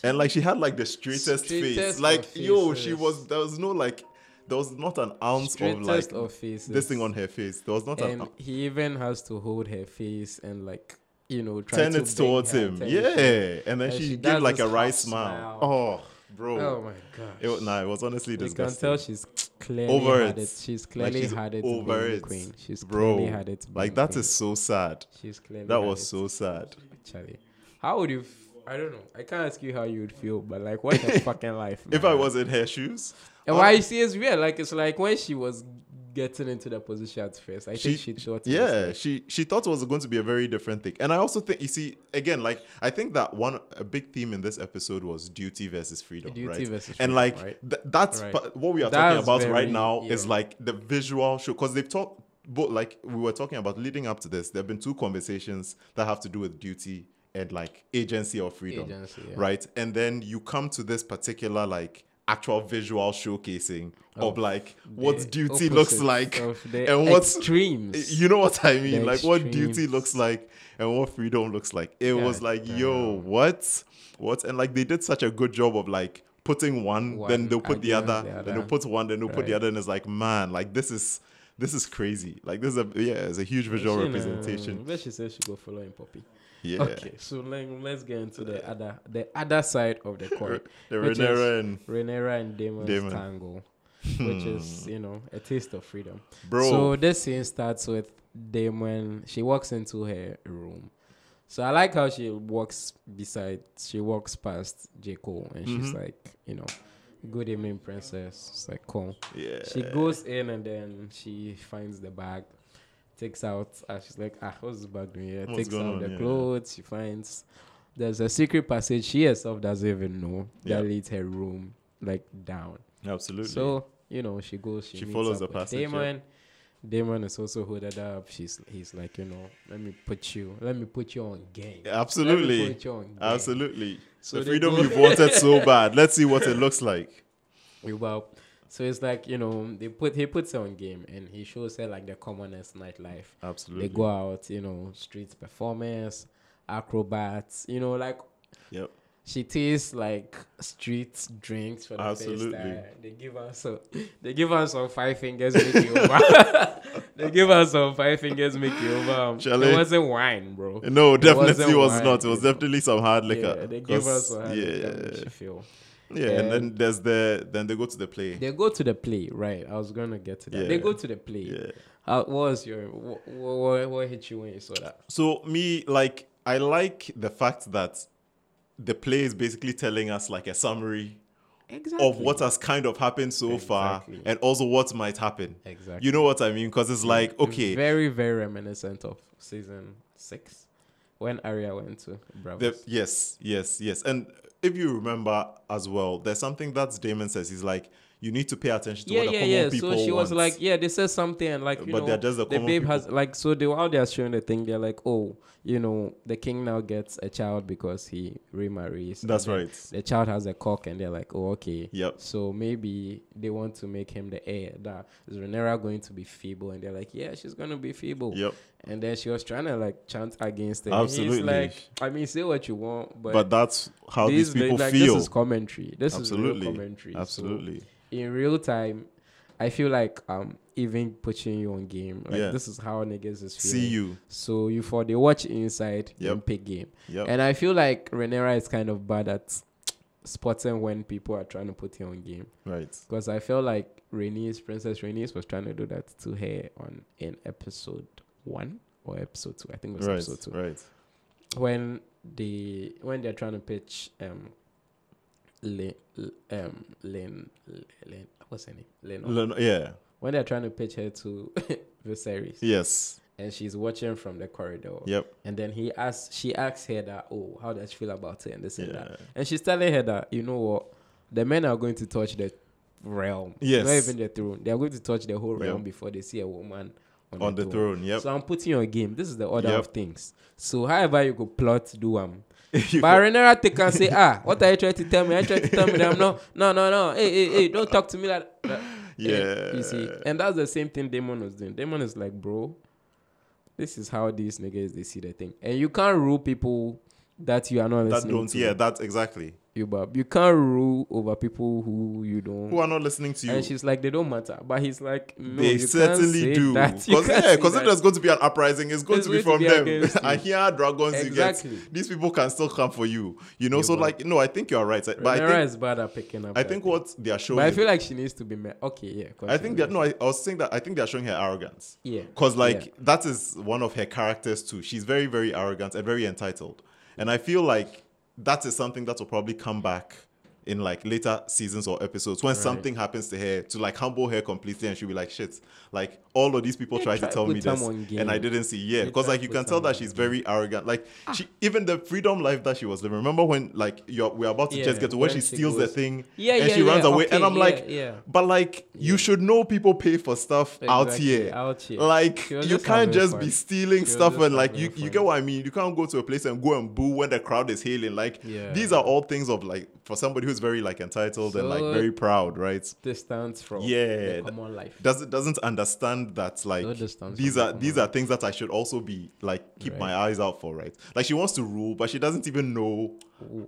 and like she had like the straightest, face.
Straightest
Like,
of
yo, she
faces.
was. There was no like. There was not an ounce of like
Straightest of faces.
this thing on her face. There was not an.
and
ounce.
he even has to hold her face and like you know try
Turn
to
it towards
bend her
him.
attention.
Yeah, and then
And
she,
she
gave
does
like
this
a wry
half smile.
smile. Oh, bro.
oh my god
It, was- nah, it was honestly
you can
disgusting.
tell she's clearly
Over
had
it.
it. she's clearly
she's
had it
over
being
it,
queen she's
bro.
clearly had it being
like that
queen.
is so sad.
she's clearly
That
had it,
was so sad.
actually how would you f- i don't know i can't ask you how you would feel but like what the fucking life
If
man?
I was in her shoes,
and why you see it's weird like it's like when she was getting into the position at first i think she thought it was
yeah she she thought it was going to be a very different thing and i also think you see again like i think that one a big theme in this episode was duty versus freedom
Duty
right
versus
and
freedom,
like
right.
th- that's
Right.
pa- what we are
That's
talking about right
very-
now is
yeah.
like the visual show because they've talked but like we were talking about leading up to this there have been two conversations that have to do with duty and like agency or freedom
Agency, yeah.
right and then you come to this particular like actual visual showcasing of like what
Oh. the
duty looks
opposites
like
of the
and what's
extremes.
you know what I mean?
The
Like what duty
extremes.
looks like and what freedom looks like. It was
God
like, yo, what? What? And like they did such a good job of like putting one, then
One
they'll put the
against
other,
the
then they'll
other.
put one, then they'll put the
Right.
other, and it's like, man, like this is this is crazy. Like this is a yeah, it's a huge visual
She, nah,
representation.
I bet she said she go follow him, Poppy.
Yeah.
uh, Okay, so let, let's get into the other the other side of the coin.
The
Which is-
Renera and
Renera and Damon's
Damon.
tango, which is you know a taste of freedom.
Hmm. bro.
So this scene starts with Damon. She walks into her room. So I like how she walks beside. She walks past J Cole, and she's
Mm-hmm.
like, you know, "Good evening, princess." It's like cool.
yeah.
She goes in and then she finds the bag, takes out. Uh, she's like, ah, what's this bag doing here?
What's
takes
going
out
on
the
here?
clothes. She finds there's a secret passage she herself doesn't even know that
Yeah.
leads her room like down.
Absolutely.
So you know she goes. She,
She
meets
follows
up
the
with
passage, yeah.
Damon. Damon is also hooded up. She's he's like you know let me put you let me put you on game. Let me
Absolutely.
put you on game.
Absolutely.
So
the
they
freedom
go-
you've wanted so bad. Let's see what it looks like.
Well, so it's like you know they put he puts her on game and he shows her like the commonest nightlife.
Absolutely.
They go out, you know, street performers, acrobats, you know, like
Yep.
she tastes like street drinks for the
Absolutely.
first time. They give us some, they give us some five fingers make you over. they give us some five fingers make you over.
Shall I-
It wasn't wine, bro.
No, definitely
wasn't
was
wine,
not. It was
you know.
definitely some hard liquor.
Yeah, they give us
'Cause-
some hard
yeah,
liquor, which you feel.
yeah. And then there's the then they go to the play.
They go to the play, right? I was gonna get to that. They
Yeah.
go to the play.
Yeah.
Uh, what was your what, what, what hit you when you saw that?
So me like I like the fact that the play is basically telling us like a summary
Exactly.
of what has kind of happened so far
Exactly.
and also what might happen.
Exactly.
You know what I mean? Because it's like, okay,
Very, very reminiscent of season six when Arya went to
the,
Bravos.
yes, yes, yes. And if you remember as well, there's something that Damon says. He's like, you need to pay attention to
yeah,
what the
yeah,
common
yeah.
people
So she was
want.
like, yeah, they said something, and like, you
But
know,
they're just the common
babe
people.
has like, so they while they're showing the thing, they're like, oh, you know, the king now gets a child because he remarries. and
That's
then
right.
The child has a cock, and they're like, oh, okay.
Yep.
So maybe they want to make him the heir. That is Renera going to be feeble, and they're like, yeah, she's gonna be feeble.
Yep.
And then she was trying to like chant against it. And he's
Absolutely.
like, I mean, say what you want, but,
But that's how these,
These-
people
like,
feel.
This is commentary. This
Absolutely.
is real commentary. So,
Absolutely.
in real time, I feel like um even putting you on game. Like
Yeah.
this is how niggas is feeling.
See you.
So you for the watch inside and
Yep.
pick game.
Yep.
And I feel like Renera is kind of bad at spotting when people are trying to put you on game.
right.
Because I feel like Rhaenys, Princess Rhaenys was trying to do that to her on in episode one or episode two. I think it was
Right.
episode two
Right.
when the when they're trying to pitch um Lin um Lin Lin what's her name Lin
No, no, yeah.
when they're trying to pitch her to Viserys
Yes.
and she's watching from the corridor
Yep.
and then he asks she asks her that oh how does she feel about it and this and that
Yeah.
and she's telling her that you know what the men are going to touch the realm
Yes.
not even the throne they are going to touch the whole
Yep.
realm before they see a woman on,
On the throne. Yep.
so I'm putting you on game. This is the order
Yep.
of things. So however you could plot, do um.
You
But Renera take and say, ah, what are you trying to tell me? Are you trying to tell me that I'm not, no, no, no, hey, hey, hey, don't talk to me like that.
yeah.
You see, and that's the same thing Damon was doing. Damon is like, bro, this is how these niggas, they see the thing. And you can't rule people that you are not
that
listening
don't.
to.
Yeah. That's exactly.
You, but you can't rule over people who you don't.
Who are not listening to you?
and she's like, they don't matter. But he's like, no,
they
you can't
certainly
say
do.
that.
Because
You can't say
if
that.
there's going to be an uprising, it's going
It's
to be
going
from
to be
them.
against
I
you.
hear dragons you
Exactly.
get. These people can still come for you. You know,
You
so
will.
like no, I think you're right. I- But I
Renera
think
is bad at picking up.
I
that
think
thing.
what they are showing
But I
is-
feel like she needs to be met. Okay, yeah.
I
continue.
think that no, I, I was saying that I think they're showing her arrogance.
Yeah.
Cause like
Yeah.
that is one of her characters too. She's very, very arrogant and very entitled. And I feel like that is something that will probably come back in like later seasons or episodes when something happens to her to like humble her completely and she'll be like shit like all of these people
They
tried to
tried
tell
put
me this
someone game.
and i didn't see yeah
They
because
tried
like you
put
can tell
someone
that
Ah.
she's very arrogant like she even the freedom life that she was living remember when like you're we're about to
Yeah,
just get to where
when
she
she
steals the
goes-
thing
Yeah,
and
yeah,
she runs
yeah,
away
okay,
and i'm
yeah,
like
yeah.
but like you should know people pay for stuff out
Exactly,
here.
out here.
Like
She was
you
just
can't
having
just
fun.
be stealing
She was
stuff
just
and like
having
you, you
fun.
get what I mean. You can't go to a place and go and boo when the crowd is hailing. Like
Yeah.
these are all things of like for somebody who's very like entitled and like
So-
very proud, right?
distance from
Yeah,
the common life.
Doesn't doesn't understand that like
No distance
these
from
are
the
these are things that I should also be like keep my eyes out for, right? Like she wants to rule, but she doesn't even know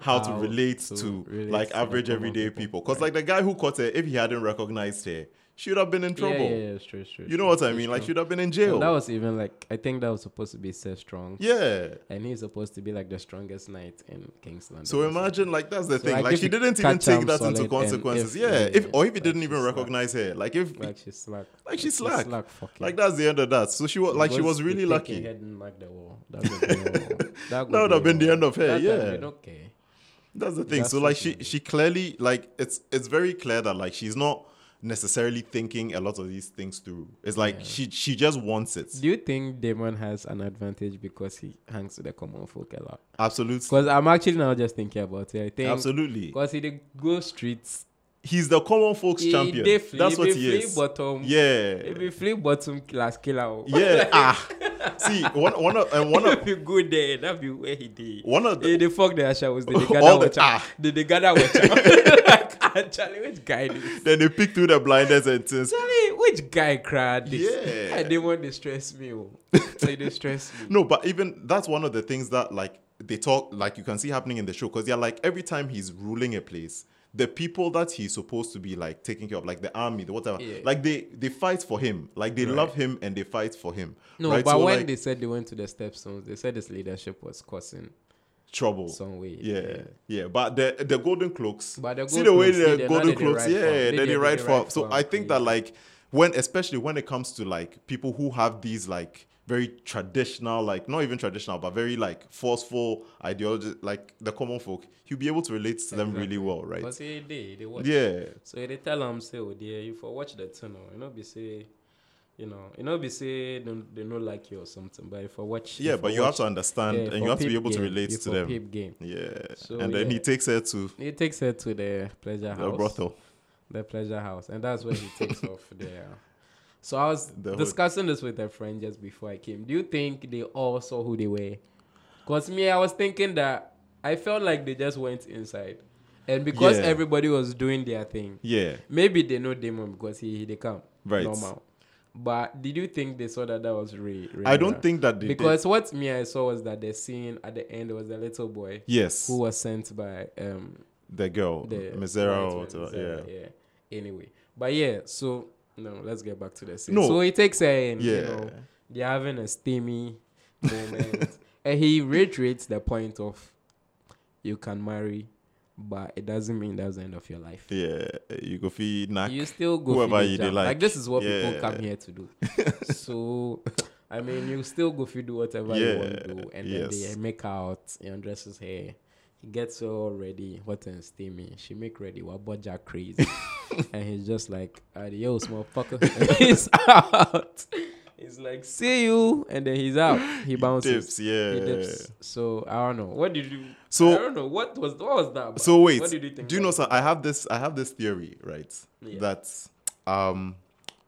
how, to
How
relate
to
to,
relate
like
to the
average
common
everyday
people,
people. Because like the guy who caught her, if he hadn't recognized her, she would have been in
Yeah,
trouble.
yeah, yeah, it's true, it's true.
You know what I mean? Like she'd have been in jail.
And that was even like I think that was supposed to be Sir Strong,
yeah.
and he's supposed to be like the strongest knight in King's Landing.
So imagine like that's the
So,
thing.
like,
Like,
if
she
you
didn't even
catch
take
them
that
solid
into
and
consequences.
if-
yeah.
yeah,
If or
like
if he didn't
she
even
slack.
recognize her. Like if
like she's slack,
Like, she's
She's
slack.
slack fucking.
like that's the end of that. So she was like she was really lucky.
Head and mark the wall. That would have been, that
That would have been the end of
That
her,
time
yeah.
We don't care.
That's the thing.
That's
so
the
like she she clearly like it's it's very clear that like she's not necessarily thinking a lot of these things through. It's like she she just wants it.
Do you think Damon has an advantage because he hangs with the common folk a lot?
Absolutely.
Because I'm actually now just thinking about it. I think
Absolutely.
because he did go streets.
He's the common folks
He
champion.
dey flee-
That's what
be
he
flee
is.
Bottom. He
Yeah.
be flea bottom class killer. oh.
Yeah. ah. See, one one of and one of
if you go there, that be where he did.
one of the
Eh, they fuck the Asha was the
All
Ghana
the-
watcher.
ah.
The the Ghana watcher. like, actually, which guy? This?
then they peek through the blinders and things.
Actually, which guy cried this?
Yeah.
I didn't want to stress me. Oh. Like, they stress me.
No, but even that's one of the things that like they talk like you can see happening in the show because they're like every time he's ruling a place, the people that he's supposed to be like taking care of, like the army, the whatever,
Yeah.
like they they fight for him, like they love him and they fight for him.
No,
right?
but
So,
when
like,
they said they went to the stepstones, they said his leadership was causing
trouble,
some way.
yeah, yeah, But the the golden cloaks,
But the
see the
gold
way
cloaks, see,
the
they- now
golden
they dey
cloaks,
ride
yeah,
farm. They
then
dey-
they,
they
ride
dey
for.
ride
So
farm,
I think that like when especially when it comes to like people who have these like very traditional, like not even traditional, but very like forceful ideology, like the common folk, you'll be able to relate to them really well, right?
Because he did. They watch.
Yeah,
So they tell him, say, oh dear, you for watch the tunnel. You know, be say, you know, you know, be say, don't, they don't like you or something. But if I watch,
yeah,
if
but
I
you have
watch-
to understand
yeah,
and
for
you have to be
peep
able to
game,
relate
you
to
for
them.
peep game.
Yeah,
So,
and then
yeah.
he takes her to
He takes her to the pleasure house.
the brothel.
the pleasure house, and that's where he takes off there. So I was
The hood.
discussing this with a friend just before I came. Do you think they all saw who they were? Cause me, I was thinking that I felt like they just went inside, and because
Yeah.
everybody was doing their thing,
Yeah,
maybe they know Damon because he, he they come
Right.
normal. But did you think they saw that that was Ray?
I don't think that they did.
because what me I saw was that the scene at the end was the little boy
yes,
who was sent by um
the girl,
the
Misera,
white
or
man,
whatever,
Mizera,
yeah.
Anyway, but yeah, so no, let's get back to the scene.
No.
So he takes her in. You
Yeah.
know, they're having a steamy moment, and he reiterates the point of you can marry, but it doesn't mean that's the end of your life.
Yeah, you go feed knack.
You still go
Whoever
for the
you dey
job.
like.
Like this is what people
Yeah.
come here to do. so, I mean, you still go for do whatever you want to
Yeah,
do, and then
yes.
they make out. He undresses her. He gets her all ready, hot and steamy. She make ready. What about Jack crazy? and he's just like, "Adios, motherfucker." And he's out. He's like, "See you," and then he's out. He bounces.
dips, yeah.
He dips. So I don't know. What did you?
So-
I don't know. What was what was that? about?
So wait,
What did you think?
do you know?
about
So I have this. I have this theory, right?
Yeah.
That um,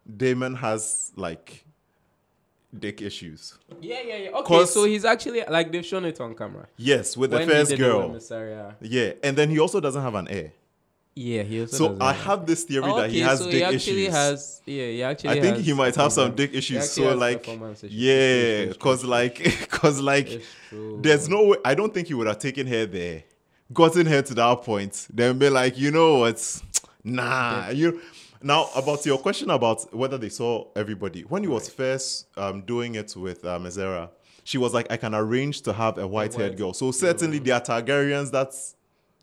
Damon has like dick issues.
Yeah, yeah, yeah. Okay,
'Cause-
so he's actually like they've shown it on camera.
Yes, with
When
the
he
first
did it
girl.
with Miss Aria.
Yeah, and then he also doesn't have an heir.
Yeah, he also.
So
doesn't
I
know.
have this theory
okay,
that he has
so
dick
he actually
issues.
has. Yeah, he actually.
I think
has
he might have some
performance-
dick
he
issues.
actually
So
has
like,
performance issues.
yeah,
It's true,
cause like, cause like,
it's true.
there's no way. I don't think he would have taken her there, gotten her to that point, then be like, you know what, nah, you. Now about your question about whether they saw everybody when he was first um, doing it with uh, Mizera, she was like, I can arrange to have a white-haired
white-
girl. So certainly there are Targaryens that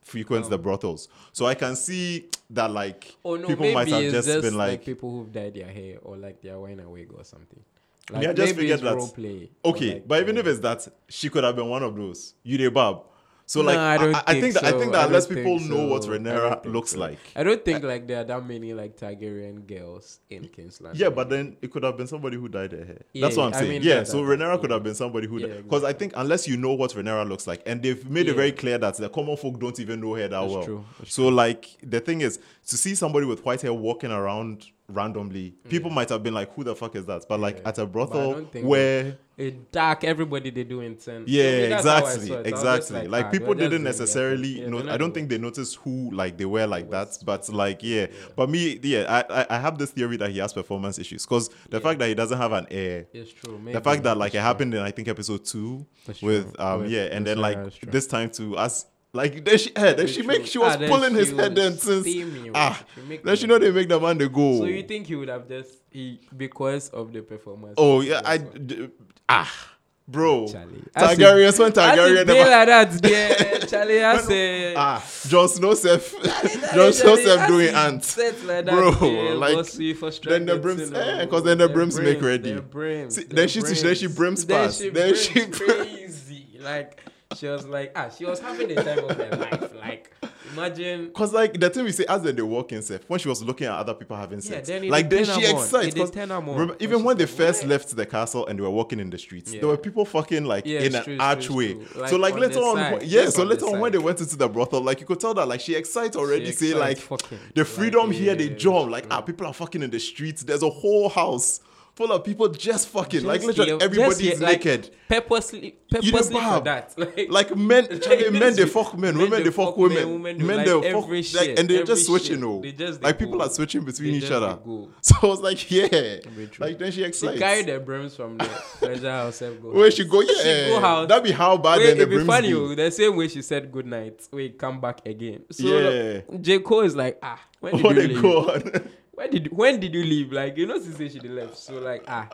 frequent the brothels. So I can see that like
Oh no,
people
maybe
might have
it's
just, been like,
people who've dyed their hair or like their wine and wig or something. Like,
Yeah, just
maybe
forget
it's
that.
role play. or,
Okay,
like,
but even
uh,
if it's that, she could have been one of those. You did Bob. So
No,
like,
I
I,
don't
I, I
think
think that I
so.
think
I
that
don't
unless people
think
know what
so. I don't
Renera
think
looks
so.
like,
I don't think like there are that many like Targaryen girls in Kingsland.
yeah, but then it could have been somebody who dyed their hair.
Yeah,
That's what I'm
I
saying.
mean,
yeah,
that-
so
that-
Renera could
yeah.
have been somebody who,
Yeah,
because I think unless you know what Renera looks like, and they've made it very
Yeah.
clear that the common folk don't even know her that
That's
well.
true, that's
so like, the thing is, to see somebody with white hair walking around randomly, people might have been like, "Who the fuck is that?at But like
Yeah.
at a
But I
brothel
don't think-
where
it dark everybody they do in ten.
Yeah, exactly,
Like,
exactly. Like,
ah,
people
they're just
didn't
doing their
necessarily
thing. Yeah,
know.
they're
I
not
don't think they noticed who like they were like that. But like, yeah. But me, yeah, I, I I have this theory that he has performance issues because the fact that he doesn't have an heir,
doing- It's true. Maybe.
the fact that like it happened in I think episode two
That's true.
with um
With-
yeah, and then
with
like
Sarah, that's true.
this time to as Like then she head, then she
True.
make she
Ah,
was
then
pulling
she
his
will
head then since
steam you.
ah,
She make
then
you.
she know they make the man the go.
So you think he would have just he because of the performance?
oh yeah, I
That's why.
d- ah, bro,
Charlie. As
Targaryen when
As
Targaryen
it be
never.
like that, yeah, Charlie. I
When-
say,
Ah, John Joseph, John
Charlie,
Joseph
as
doing
it
ants.
set like that,
Bro,
yeah,
like,
boss, we first
then the
tried
brims-
it, you
eh,
know,
'cause then the
their
brims make
brims,
ready.
their brims,
See,
their
then she- then she brims pass, then
brims
she br-
crazy. Like she was like, ah, she was having the time of her life. Like imagine.
Cause like the thing we say as then they walk in Seth, when she was looking at other people having
Yeah,
sex,
then it
like then
turn
she
her on.
excites.
It did
'cause
turn her on.
remember,
When
even
she
when they
said,
first
"Why?"
left the castle and they were walking in the streets,
Yeah.
there were people fucking like
Yeah,
in an
true, true,
archway.
true. Like,
so like
on
later
the
on,
side,
yeah.
just
so
on
later
the
on when
side.
they went into the brothel, like you could tell that like she excites already.
excites
say like
fucking.
the
Like,
freedom here, they
yeah,
jump like
true.
ah, people are fucking in the streets. There's a whole house full of people just fucking like
Just
literally
here-
everybody's
just here, like,
naked.
Purposely,
don't
purposely for
barb.
that. Like,
like men, Charlie, men they
Like,
fuck men,
men
women
dey
they fuck
fuck
women,
men, women do,
men
like,
they fuck
every
like,
shit,
and they're
every
just switching
shit.
oh,
They just dey
like people
go.
are switching between
They
each
just
other.
dey go.
So I was like, yeah,
Very true.
like then she
she
excites.
carried the brims from the pleasure house. and go
Where
house.
she go? Yeah,
go house.
that'd be how bad.
Wait,
then the
it'd be
brims
funny.
be.
oh, The same way she said good night. Wait, come back again. So
Yeah.
J. Cole is like, ah, when did
Oh
you
my
leave?
god!
When did when did you leave? Like, you know, she said she left. So like, ah.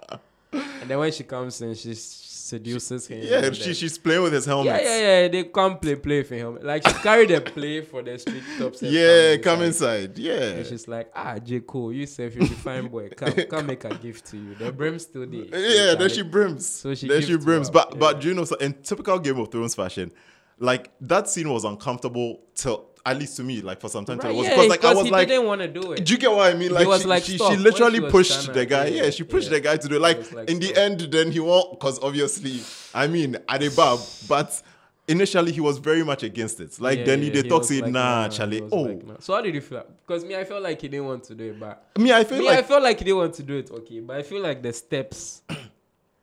And then when she comes in, she s- seduces him.
yeah,
and
she,
then-
she's playing with his helmet.
yeah, yeah, yeah. They come play play for him. Like she carried a play for the street tops. and
Yeah, come
inside.
inside. Yeah,
And she's like, ah, J. Cole, you safe, you be fine boy. Come, come make a gift to you. The brim still there.
yeah. Then she brims.
So she
then
gives
she
to
brims.
her,
But
yeah.
but do you know, so in typical Game of Thrones fashion, like that scene was uncomfortable till at least to me, like for some time. till
Right,
it was
yeah,
because like I
because
was
he
like,
didn't want to do it.
Do you get what I mean? Like,
was
she,
like,
she,
"Stop,"
she
when
literally
she was
pushed
trying
the
to-
guy.
yeah,
Yeah, she pushed
yeah.
the guy to do
It
like,
was like,
in the
"Stop."
end. Then he won't, because obviously, I mean, Adebab, but initially he was very much against it. Like
Yeah,
then he
yeah,
they talk
was
say,
like,
nah,
he
Charlie.
was
Oh,
like, nah. So how did you feel? Because me, I felt like he didn't want to do it, but
me, I feel
me, I
like
felt like he didn't want to do it. Okay, but I feel like the steps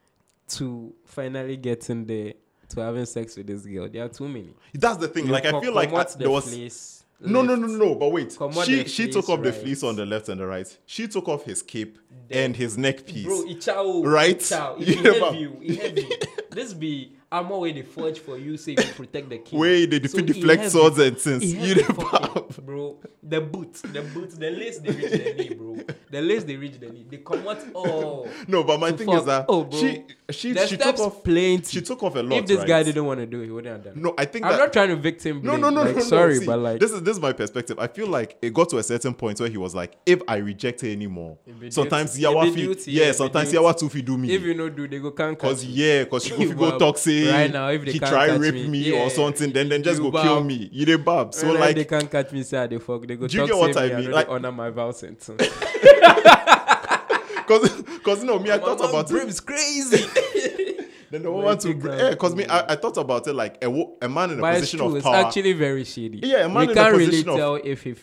to finally getting there to having sex with this girl, there are too many.
that's the thing. Like I
Co-
feel like I,
comot the
there was.
fleece,
No, no,
left.
no, no, but wait.
Comot
She
the
she
fleece,
took off the
right.
fleece on the left and the right. She took off his cape
Then-
and his neck piece.
Bro, it chow,
Right?
It chow. It
Yeah,
yeah,
ma'am.
heavy. It heavy. this be armor where they forge for you, say you protect the king.
Where they defeat
he
deflect
heavy.
swords and things.
He
You
heavy
the
fucking,
bab.
bro. The boots, the boots, the lace they reach the knee, bro. The lace they reach the knee. They come out all.
No, but my
to
thing
fuck.
is that
oh, bro.
she she
the
she took
steps
off
plenty.
she took off a lot.
If this
right?
guy didn't want to do it, he wouldn't have done. it.
No, I think
I'm
that,
not trying to victim
no,
blame.
no, no,
like,
no, no.
Sorry,
See,
but like
this is this is my perspective. I feel like it got to a certain point where he was like, if I reject her anymore,
It be
sometimes
duty- it be
Yawa
duty,
fi,
yeah, it
yeah,
be
sometimes
duty.
Yawa too fi do
if
me.
you know, do they go can't
Cause
catch you.
yeah, cause she go fi go
Bab.
toxic.
Right now, if they
he
can't
try
catch
rape
me,
me,
yeah,
or something, then then just
you
go kill
bab.
me. You the bab. So
Well, like,
like,
they can't catch me, say I dey fuck. They go
Do you
talk
get what
say
I
me,
mean?
don't
Like-
honor my vow sentence.
cause cause no, me I
My
thought
man
about it.
brims crazy.
Then the
Like,
woman to
big man.
yeah, cause me I, I thought about it like a, wo- a man in a
but it's
position
true.
of
It's
power.
actually very shady.
Yeah, a man
we
in a
can't really
position of-
tell if he, he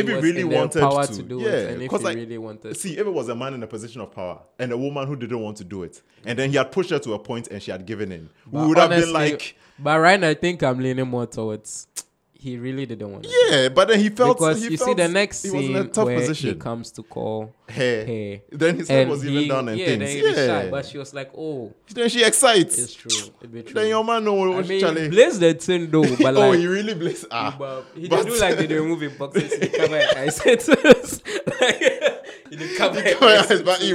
If he
was
really
in the
wanted
power to,
to,
do
yeah,
it, and if
'cause,
he
like,
really wanted.
See, if it was a man in a position of power and a woman who didn't want to do it, and then he had pushed her to a point and she had given in,
But
we would have been
honestly,
like,
But right now, I think I'm leaning more towards he really didn't want. it.
yeah. But then he felt
because
he
you see
felt
the next
he was
scene
in a tough
where he
position.
comes to call
Hey.
her.
Then his head
And
was
he-
even down and
yeah,
things.
Then he was
yeah.
shy, but she was like, "Oh,
then she excites.
it's true. It'd be true."
Then your man know
I mean,
Charlie.
Blaze the thing though, but like,
oh, he really blessed. Ah,
But he did
but-
do like they dey remove him boxes, he cover his eyes. like he did cover his eyes.
but he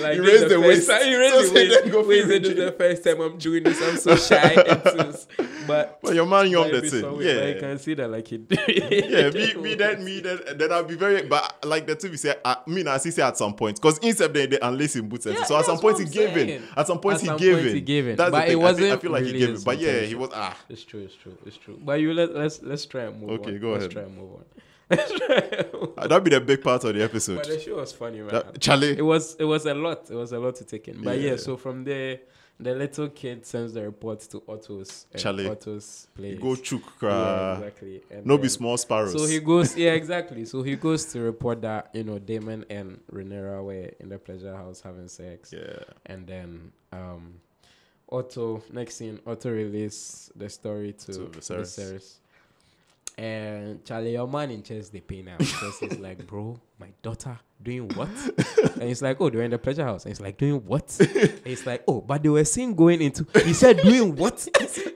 Like,
he
this
raised
the
the
first
waist.
time- he raised
so
the waist.
Then go
Wait,
feel
this is the
it.
first time I'm doing this. I'm so shy. and sus. but
But your man young
might be
that's it.
some way, but you
Yeah.
can see that like uh, he.
yeah, me, me, then, me, then, then I'll be very, but like the two we say, I mean, as he said at some point, because instead they, they unless in boots,
Yeah,
so at some
that's what
point he
I'm
gave in.
saying.
At some point
At
he
some
gave
point
in.
he gave in.
That's
But
the
it
thing. I think- I
wasn't
feel like
really
he gave
his
in, but yeah, he
intention.
was ah.
It's true. It's true. It's true. But you let let's let's try and move on.
Okay, go
let's
ahead.
Try and move on. Let's try and move on.
ah, That'd be the big part of the episode.
But the show was funny, man.
That- Charlie,
it was it was a lot. It was a lot to take in. But yeah,
Yeah.
so from there, the little kid sends the report to Otto's and
Charlie,
Otto's place.
you go chook,
yeah,
uh,
exactly. And
no be
then-
small sparrows.
So he goes, yeah, exactly. So he goes to report that you know Damon and Renera were in the pleasure house having sex,
yeah,
and then um, Otto next scene Otto relays the story to,
To
to
Viserys.
Viserys. And Charlie, your man in chest, they pay now. Because he's like, bro, my daughter doing what? and he's like, oh, they were in the pleasure house. And he's like, doing what? and he's like, oh, but they were seen going into. He said, doing what?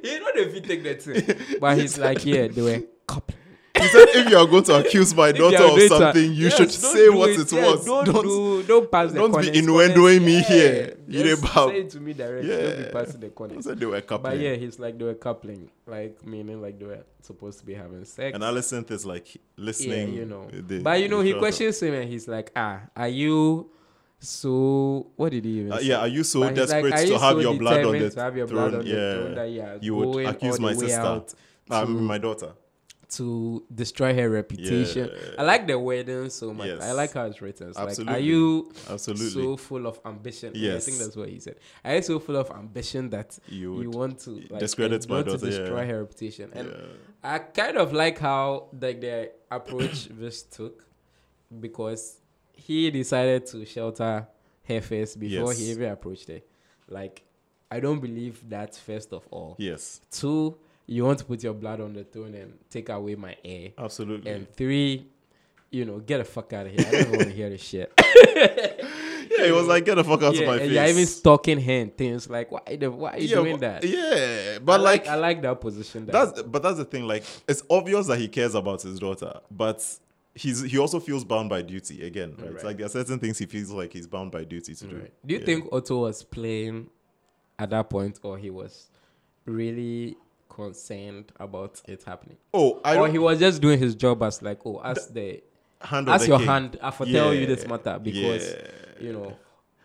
you know, if you take that thing. But he's like, yeah, they were coupling.
He said, if you are going to accuse my
If you are
daughter of
doing to-
something, you
Yes,
should
don't
say
do
what it,
Yeah,
was.
Don't do, don't pass the
don't be
corners,
innuendoing
corners.
me here. You
Just
dey bow.
Say it to me directly. Don't be
Yeah.
passing the
He
corners.
said they were coupling.
But yeah, he's like they were coupling, like meaning like they were supposed to be having sex.
And Alicent is like listening.
Yeah, you know.
the-
but you know,
the
he
daughter.
questions him and he's like, ah, are you so? What did he even?
Uh,
say?
yeah, are you so
But he's like,
desperate
"Are
to
you
have
so
your blood on
determined
the
to have your
throne?
blood on the
yeah,
throne that you are
you would
going all
accuse
the
my
way
sister,
out
I
to-
mean, my daughter.
to destroy her reputation?
Yeah. uh,
I like the wording so much. I
Yes.
like how it's written. It's like,
Absolutely.
are you
Absolutely,
so full of ambition? Yeah, I think
Yes.
that's what he said. Are you so full of ambition that
you
you,
would.
want to like,
discredit
and
my
want
daughter,
to
yeah.
destroy her reputation? And
yeah.
I kind of like how like the approach this took because he decided to shelter her first before he
Yes.
even approached her. Like, I don't believe that first of all.
Yes,
Two, you want to put your blood on the throne and take away my air.
absolutely.
And three, you know, get the fuck out of here. I don't want to hear this shit.
yeah, it was like get the fuck out
yeah,
of my
and
face.
you're even stalking her and things like, why the why are you
yeah,
doing
but-
that?
Yeah,
I
but like,
I like that position. That
that's but that's the thing. Like, it's obvious that he cares about his daughter, but he's he also feels bound by duty again. Right?
Right.
Like there are certain things he feels like he's bound by duty to do.
Right. Do you
Yeah.
think Otto was playing at that point, or he was really concerned about it happening,
Oh, I
or
don't.
he was just doing his job as like, oh, as the
hand of
as
the
your
king.
hand, I foretell you this
Yeah.
matter because
Yeah.
you know,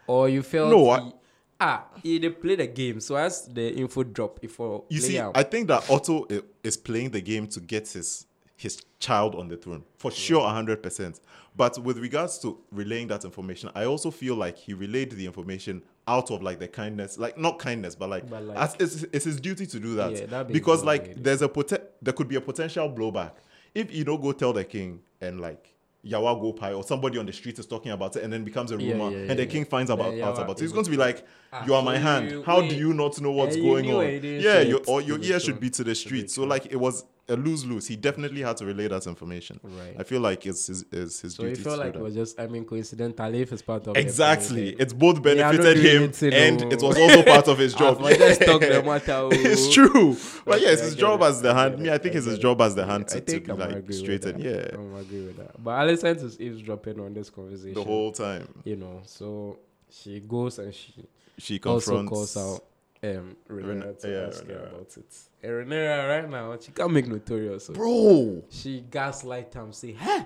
or you felt
No, I-
he- ah, he they play the game, so as the info drop before
You see,
out.
I think that Otto i- is playing the game to get his his child on the throne for sure, hundred percent. But with regards to relaying that information, I also feel like he relayed the information out of like the kindness, like not kindness, but like,
But, like-
as, it's, it's his duty to do that,
Yeah, that'd be
because
good,
like
really.
there's a poten- there could be a potential blowback if you don't go tell the king and like. Yawa Gopai or somebody on the street is talking about it and then becomes a
Yeah,
rumor
yeah,
and the
yeah.
king finds about,
Yeah,
out
Yawa
about it.
is
He's going to be like,
Ah,
You are my
you-
hand. How do
wait.
you not know what's
Yeah, you
going
knew
on?
it, you didn't
Yeah,
say
your
it
or
to
your
the
ear
throne.
should be to the street. So like it was a lose lose. He definitely had to relay that information.
Right.
I feel like it's his it's his
so he
duty to
felt
do
like it
that.
was just I mean coincidentally if it's part of the
Exactly.
thing.
It's both
They are not
benefited
doing
him
it, you
and
know.
it was also part of his job.
I just talk the matter, oh.
it's true. But
Okay,
yeah, it's
I
his
get
job
it,
as the
I
hand.
get
Me,
it,
I think
I
it's his
get
job as the hand
I
to, to
think
be
I'm agree
like
with
straighten.
that.
Yeah.
I'm agree with that. But Alison is eavesdropping on this conversation
The whole time.
you know. So she goes and she
She
also
confronts
calls out um Renera to
yeah,
ask her
Renera.
about it. And Renera right now she can't make notorious. So
Bro.
she gaslight him, say, "Huh?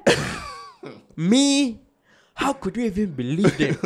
me? How could you even believe them?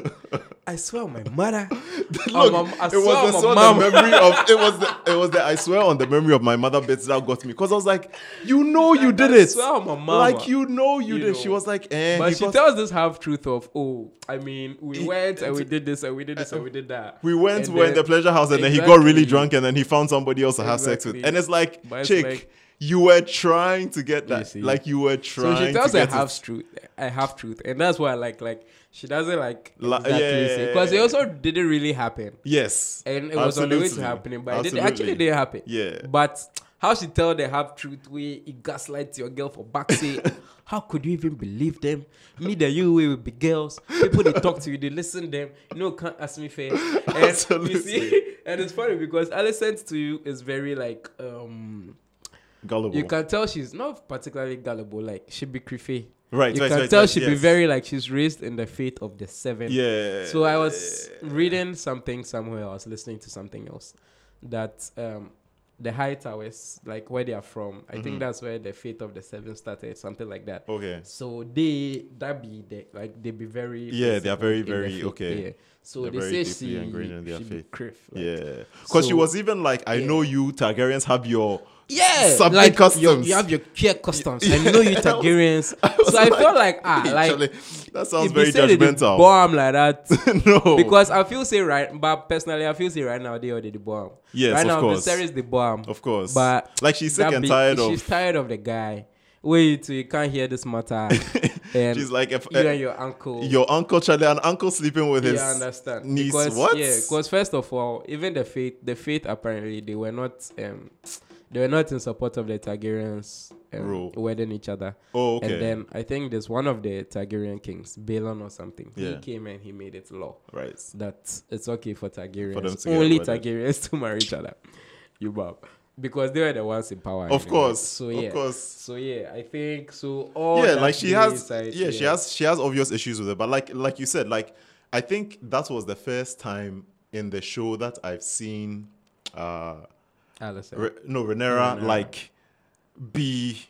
I swear, on my mother.
Look,
on my, I
it
swear on
was
my
the, so
mom.
the memory of it was the, it was the I swear on the memory of my mother bits that got me because I was like, you know you did
I
it,
swear on my mama.
like you know you,
You
did. She
know.
was like, eh,
But
he
she
got-
tells this half truth of, oh, I mean, we
He-
went and we did this and we did this and we did that.
we went
And
we're in the
then-
pleasure house and then he got really
Exactly.
drunk and then he found somebody else to have sex with,
Exactly.
and it's like,
But it's
chick,
like-
you were trying to get that,
see.
like you were
So
trying.
she tells
to
a
get it.
half truth, a half truth, and that's why like like she doesn't like
La-
exactly
yeah,
say
yeah,
because it
yeah.
also didn't really happen,
Yes,
and it was on the way to
Absolutely.
happening, but it did,
Absolutely.
actually didn't happen.
Yeah.
But how she tell the half truth way it gaslights your girl for backseat. how could you even believe them? Me that you we will be girls. People they talk to you, they listen them. You know, can't ask me first. And you see,
Absolutely.
and it's funny because Alison to you is very like um
gullible.
you can tell she's not particularly gullible, like she'd be creepy.
Right,
You
right,
can
right,
tell
right,
she'd be
yes.
very like she's raised in the faith of the seven.
yeah.
So I was reading something somewhere, I was listening to something else. That um the high towers, like where they are from, I
Mm-hmm.
think that's where the faith of the seven started, something like that.
okay.
So they that be the, like they be very
Yeah, they are very,
disciplined in their faith,
very- okay.
Yeah. So
They're
they
very
say
deeply
she,
ingrained in their
she be
faith.
crif, like,
Yeah, because she
So-
was even like, I know you Targaryens have your
Yeah,
something
like your-
customs.
You, have your care customs. I know you Targaryens, so I felt like ah,
Hey,
like
Charlie, that sounds
if
very
they say they did
judgmental.
bomb like that.
no,
Because I feel say right, but personally I feel say right now they already the bomb.
Yes,
right
of
now
course.
Viserys the bomb.
of course,
But
like she's sick
that
and
be-
tired
She's
of.
tired of the guy. Wait till you can't hear this matter. and
She's like, if,
you
uh,
and your uncle.
your uncle Charlie, an uncle sleeping with his
yeah, I understand.
niece.
Because,
what?
Yeah, because first of all, even the faith, the faith apparently they were not, um, they were not in support of the Targaryens um,
Rule.
wedding each other.
Oh, okay.
And then I think there's one of the Targaryen kings, Balon or something. He
Yeah.
came and he made it law
right.
that it's okay for Targaryens,
For them to get
only
wedded.
Targaryens to marry each other. You bob. Because they were the ones in power.
Of
anyway.
course.
So yeah.
Of course.
So yeah, I think so. All
yeah,
that
like she
play
has
aside,
yeah, she has she has obvious issues with it. But like like you said, like I think that was the first time in the show that I've seen uh
Allison.
Re- no Renera
Rhaenyra.
like be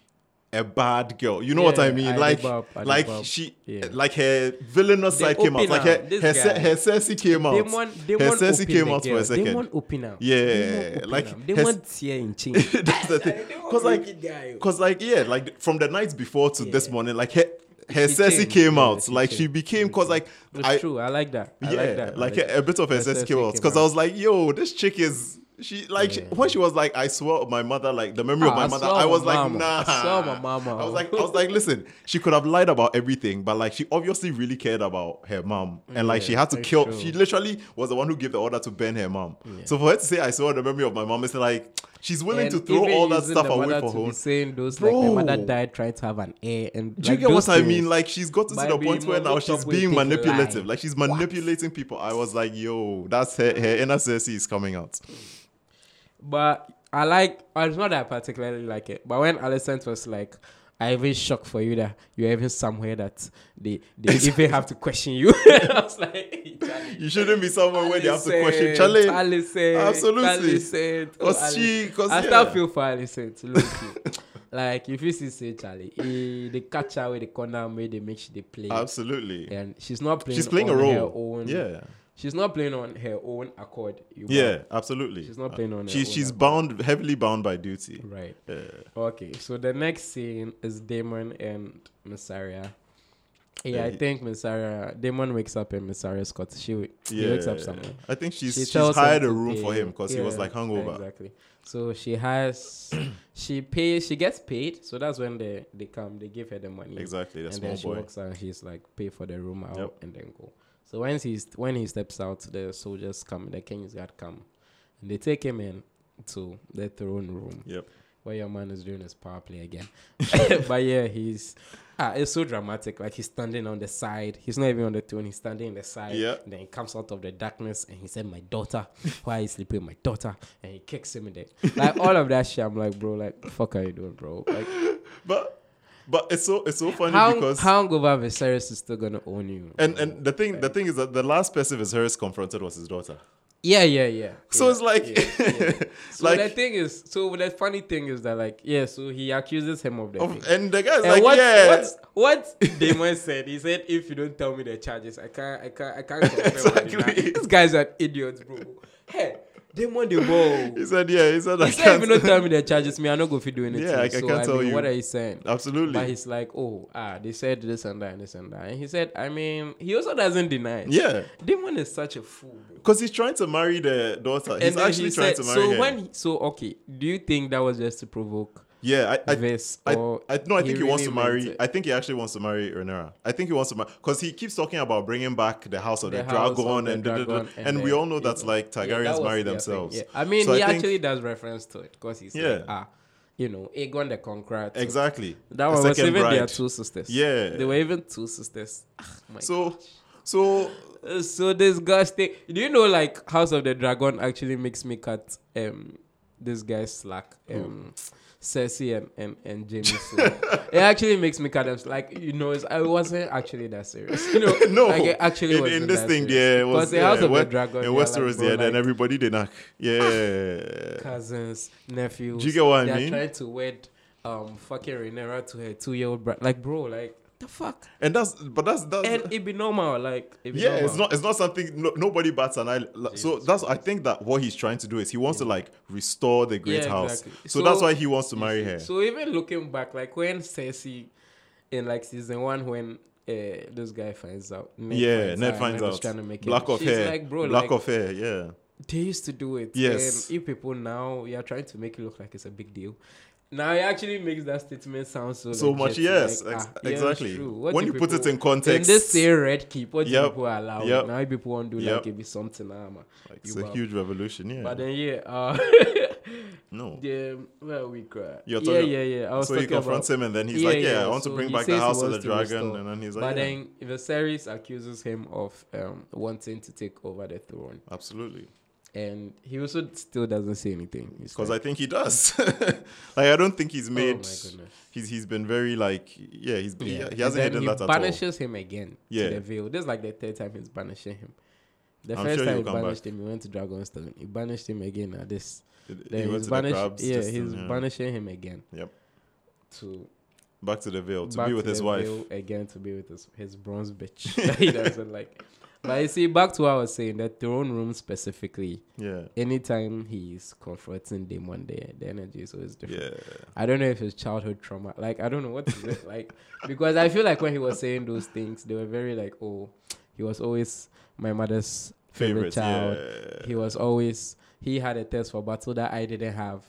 a bad girl. You know what I
Yeah,
mean?
I
like
did bop, I did
like
bop.
she
Yeah.
like her villainous
They
side came out.
open
Like
up.
her
This
her, se-
guy.
her Cersei came out.
Demon,
her
Demon
Cersei came out for a second.
Demon open up.
Yeah,
Demon open
like,
up. They
has-
want tear in change.
That's the thing. Cause like Cause like yeah, like from the night before to this
Yeah.
morning, like her her
She
Cersei
changed.
came
Yeah,
out.
she
like she
changed.
became cause like
It's
I
true. I like that. I
yeah,
like that.
like, a, a bit of her
her
Cersei
Cersei
came out.
came
Cause I
out.
was like, yo, this chick is she like she, when she was like, I swear on my mother, like the memory
Ah,
of my
I
mother,
swear on
I
my
was like,
mama.
nah.
I swear on my mama.
I was like, I was like, listen, she could have lied about everything, but like she obviously really cared about her mom, and like
Yeah,
she had to
that's
kill.
true.
She literally was the one who gave the order to burn her mom. So for her to say, I swear on the memory of my mom, it's like she's willing
And
to throw
even
all that
using
stuff
the
away
mother
for
to be
home.
Saying those like my mother
Bro.
died trying to have an heir and
Do
like
you get
those
what I
things.
mean? Like she's gotten to
Might
the
be
point where
more
now
hooked
she's
up with
being
people
manipulative.
lying.
Like she's manipulating people. I was like, yo, that's her, her inner Cersei is coming out.
But I like, well, it's not that I particularly like it, but when Alicent was like, I even shocked for you that you're even somewhere that they, they even have to question you. I was like,
You shouldn't be someone where they have to question Charlie.
Alicent,
Absolutely.
Alicent, oh,
'Cause she- 'cause,
I still
yeah.
feel for Alicent. low-key. like, if you see, say, Charlie, eh, they catch her with the corner, where they make sure they play.
Absolutely.
And she's not playing,
She's playing a
on
role.
Her own,
Yeah.
She's not playing on her own accord. you
Yeah, absolutely. Uh,
She's not playing on her
She's
own
she's
at all.
bound heavily bound by duty.
Right.
Yeah.
Okay. So the next scene is Damon and Missaria. Yeah, I
Yeah.
think Missaria. Damon wakes up and Missaria's caught. She wa- he
Yeah.
wakes up somewhere.
I think she's
She
she's
tells him
hired a
to
room for
pay-
him because he
yeah,
was like hungover.
Exactly. So she has, she pays, she gets paid. So that's when they they come, they give her the money.
Exactly, the
And
small
then she
boy.
walks out. She's like, pay for the room out
Yep.
and then go. So when he's when he steps out, the soldiers come, the king's guard come, and they take him in to the throne room
Yep.
where your man is doing his power play again. but yeah, he's ah, it's so dramatic. Like he's standing on the side. He's not even on the throne. He's standing on the side.
Yeah.
And then he comes out of the darkness and he said, "My daughter, why are you sleeping, with my daughter?" And he kicks him in the like all of that shit. I'm like, bro, like fuck are you doing, bro? Like
But but it's so it's so funny
how
because
hungover Viserys is still gonna own you.
and and the thing the thing is that the last person Viserys confronted was his daughter.
yeah, yeah, yeah.
So
yeah,
it's like
yeah. So
like
the thing is, so the funny thing is that like yeah, so he accuses him of the thing.
of, and the guy's
And
like
what,
yeah.
what what Damon said, he said, if you don't tell me the charges, I can't I can't I can't confirm
Exactly.
or deny." These guys are idiots, bro. Hey, Damon the ball.
He said yeah, he said I
He said if
can't.
you don't tell me the charges, me, I not go fit do anything.
Yeah, I- I
so,
can't
I
tell
mean,
you.
What are you saying? But
Absolutely.
he's like, oh, ah, they said this and that and this and that. And he said, I mean, he also doesn't deny. it.
Yeah.
Damon is such a fool, bro.
Because he's trying to marry the daughter. He's
then
actually
he
trying
said-
to marry
so
her.
when he- so okay, do you think that was just to provoke
yeah, I, I,
this?
I,
or
I no, I think he, wants
really
to
meant
marry.
it?
I think he actually wants to marry Renera. I think he wants to marry because he keeps talking about bringing back the house of the,
The house of
dragon,
the
and da- da- da-
dragon
and,
and
we
the-
all know that
yeah.
like Targaryens
Yeah, that was
marry
their
themselves.
thing, yeah. I mean,
So
he
I think-
actually does reference to it because he's
Yeah.
like, ah, you know, Aegon the Conqueror. too.
exactly
That
The
one was
second
even their
bride.
two sisters.
Yeah.
They were even two sisters. Ah, my
So so
God. so disgusting. Do you know, like, House of the Dragon actually makes me cut um this guy's slack. Um, Cersei and, and, and Jamie slack. it actually makes me cut them slack. Like, you know, it's, I wasn't actually that serious. You know,
no,
like, it actually
in,
wasn't
in this
that
thing,
serious.
yeah, it was
Because the House
yeah,
of the
West-
Dragon
in
they are
Westeros,
like, bro,
yeah, then
like, Ah.
everybody did knock, yeah.
cousins, nephews.
Do you get what I
they
mean?
Are trying to wed um fucking Renera to her two year old brother. Like bro, like the fuck.
And that's but that's that's
And it be normal, like it be
yeah
normal.
it's not it's not something no, nobody bats an eye like, so that's i think that what he's trying to do is he wants to like restore the great
Yeah,
house
exactly.
so, that's
So-
why he wants to marry her
So even looking back, like when Cersei in like season one when uh, this guy finds out, Ned
yeah ned
uh, and
finds
Ned is
out
trying to make it.
black of
She's
hair
like, bro,
black
like,
of hair yeah
they used to do it.
Yes.
And you people now, you're trying to make it look like it's a big deal. Now it actually makes that statement sound so
so much
legit,
yes
like,
ex-
ah, yeah, it's
exactly
true. What
when
do
you put it
people-
in context
In this say red keep, what do
Yep.
people allow?
Yep.
Now people won't do
Yep.
like it be something armor.
it's a huge revolution yeah
But then yeah, uh,
No.
Yeah, where are we cry?
You're
yeah,
talking-
yeah, yeah. I was
So he
talking
confronts
about,
him, and then he's
Yeah,
like, "Yeah,
yeah,
I want
so
to bring
he
back the
says he
house of the
wants to
dragon,"
restore.
and then he's like,
But
"Yeah,
then Viserys accuses him of um, wanting to take over the throne,
absolutely,"
and he also still doesn't say anything. He's
because
like,
I think he does. like, I don't think he's
"Oh
made.
my goodness."
he's he's been very like, yeah, he's
Yeah.
he- he,
And
hasn't
then
hidden
he
that at all.
banishes him again
Yeah.
to the veil. This is like the third time he's banishing him. The
I'm
first
sure
time he
he'll come
banished him, he went to Dragonstone. He banished him again at this.
He-
Then
he went
he's
to
banish-
the crabs.
Yeah,
just-
he's
yeah.
banishing him again.
Yep.
To
back to the veil to
back
be with
to
his
the
wife.
veil again to be with his, his bronze bitch that he doesn't like. But you see, back to what I was saying, the throne room specifically,
Yeah,
anytime he's confronting Demon there, the energy is always different.
yeah.
I don't know if it's childhood trauma. Like I don't know what is it like because I feel like when he was saying those things, they were very like, oh, he was always my mother's favorite,
Favorite.
child.
Yeah.
He was always he had a test for battle that I didn't have.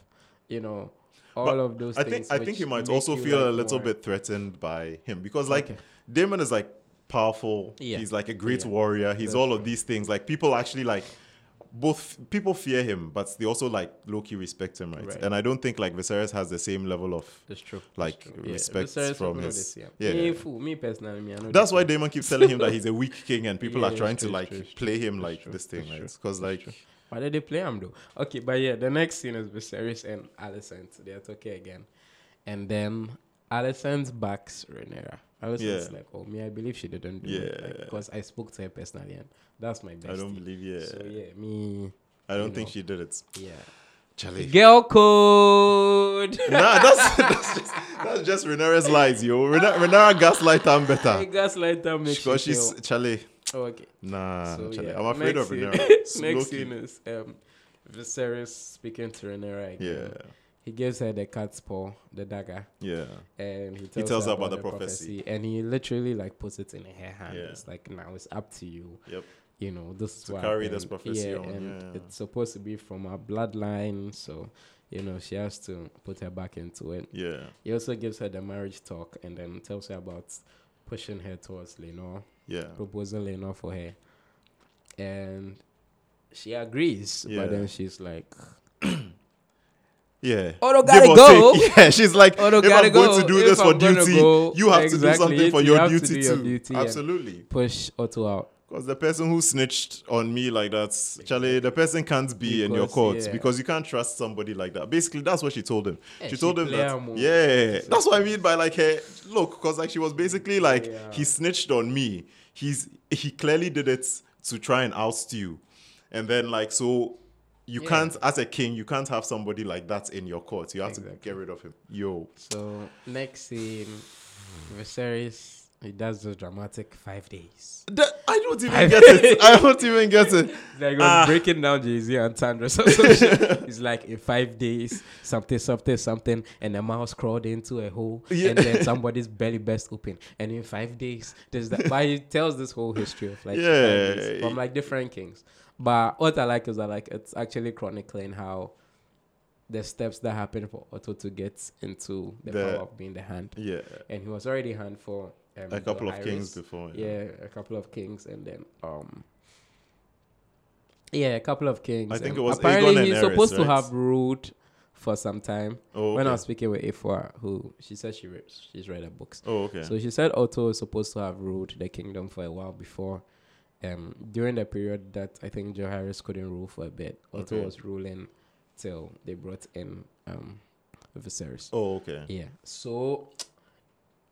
You know, all
But
of those
I
things.
think I think
which
he might
make
also
you,
feel
like,
a little
more-
bit threatened by him because like
Okay.
Damon is like powerful.
Yeah.
He's like a great
Yeah.
warrior. He's
That's
all of these things. Like people actually like both people fear him, but they also like low key respect him, right?
Right.
And I don't think like Viserys has the same level of.
That's true.
like,
That's true. Yeah,
respect
Viserys
from
would know
his-
this, yeah.
yeah.
Me, fool, me personally, me, I know
That's
this
why
one.
Damon keeps telling him that he's a weak king, and people
Yeah,
are
it's
trying
true,
to
it's
like
true, it's
play him
It's
like
true,
this
it's
thing, right?
true,
Because
it's
like
true. Why did they play him though? Okay, but yeah, the next scene is Viserys and Alicent. They are talking again. And then Alicent backs Renera. Alicent's
Yeah.
like, oh, me, I believe she didn't do it. Like,
Yeah.
because I spoke to her personally and that's my best.
I don't believe, yeah,
So yeah, me,
I don't
you
think
know.
she did it.
yeah.
Charlie.
Girl code!
nah, that's that's just that's just Renera's lies, yo. Rena- Renera gaslight him
I
better
guess like that makes you
because she's
feel.
Charlie.
Oh, okay.
Nah,
So,
Charlie.
yeah.
I'm afraid
Next
of
scene-
Renera.
Next
Low-key.
scene is um, Viserys speaking to Renera
Yeah,
again. He gives her the cat's paw, the dagger.
yeah.
and he tells,
tells
her
her about the prophecy.
and he literally like puts it in her hand.
Yeah.
It's like now it's up to you.
Yep.
You know this is
To
what
carry this
happened."
prophecy
yeah,
on,
and
yeah.
it's supposed to be from her bloodline, so you know she has to put her back into it.
Yeah.
He also gives her the marriage talk and then tells her about pushing her towards Lenore,
Yeah.
proposing Lenore for her, and she agrees.
Yeah.
But then she's like,
Yeah.
Oh, no,
Give
gotta
or
go.
take- Yeah, she's like,
Oh, no,
if
gotta
I'm going
go.
to do
If
this for
I'm gonna
duty,
go."
you have to do
Exactly.
something for
You
your
have to
duty
do
too.
your duty and-
Absolutely.
"Push Otto out."
Because the person who snitched on me like that, Charlie, the person can't be in your
Because,
court
yeah.
because you can't trust somebody like that. Basically, that's what she told him.
Yeah,
she,
she
told him
play
that.
her move.
Yeah, that's what I mean by like, hey, look, because like she was basically like,
Yeah.
he snitched on me. He's he clearly did it to try and oust you, and then like so. You
Yeah.
can't, as a king, you can't have somebody like that in your court. You have to
Exactly.
get rid of him. Yo,
So next scene, Viserys he does the dramatic five days.
That- I don't even get it. I don't even get it.
Like he was
Ah.
breaking down Jay Z and Tandra. So, so shit. He's like in five days, something, something, something, and a mouse crawled into a hole,
Yeah.
and then somebody's belly burst open. And in five days, there's that. but he tells this whole history of like five
Yeah.
days from like different kings. But what I like is that like it's actually chronicling how the steps that happened for Otto to get into the,
The-
power of being the hand.
Yeah,
and he was already hand for um,
a couple of
Iris.
kings before.
Yeah. a couple of kings, and then um, yeah, a couple of kings.
I think
and
it was
apparently
Aegon and
he's
Aerys,
supposed to
right?
have ruled for some time.
Oh,
When I
okay.
was speaking with Ifwa, who she said she read, she's read her books,
Oh, okay.
so she said Otto is supposed to have ruled the kingdom for a while before. Um, during the period that I think Joharis couldn't rule for a bit, Otto
Okay.
was ruling till they brought in um, Viserys.
oh, okay.
Yeah. So,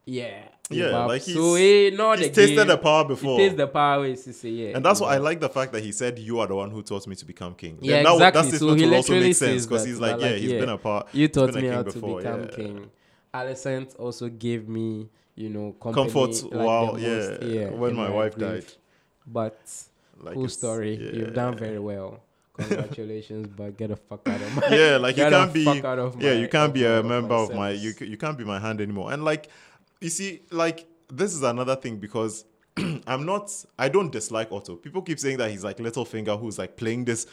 yeah.
Yeah,
But-
like
so
he's-
he not
He's
the
tasted
game.
the power
He
before.
tastes the power. He say, yeah.
and that's why I like the fact that he said, You are the one who taught me to become king.
Yeah,
Then that,
exactly.
That
So
statement
he
will also
literally
make
says
sense because
that,
he's like,
but
Yeah,
like,
he's
yeah,
been a part.
You
been
taught
a
me how
king
to
before,
become
yeah.
king. Alicent also gave me, you know, company,
Comfort
like, the
while,
most,
yeah, when
in
my wife
grief.
died.
But
Like
cool
it's-
story.
yeah.
You've done very well. Congratulations, but get the fuck out of my.
Yeah, like you
get the
can't be.
fuck out of
yeah,
my-
you can't
of
be
my-
a
of my
member of my.
service.
You c- you can't be my hand anymore. And like, you see, like this is another thing because. I'm not. I don't dislike Otto. People keep saying that he's like Littlefinger, who's like playing this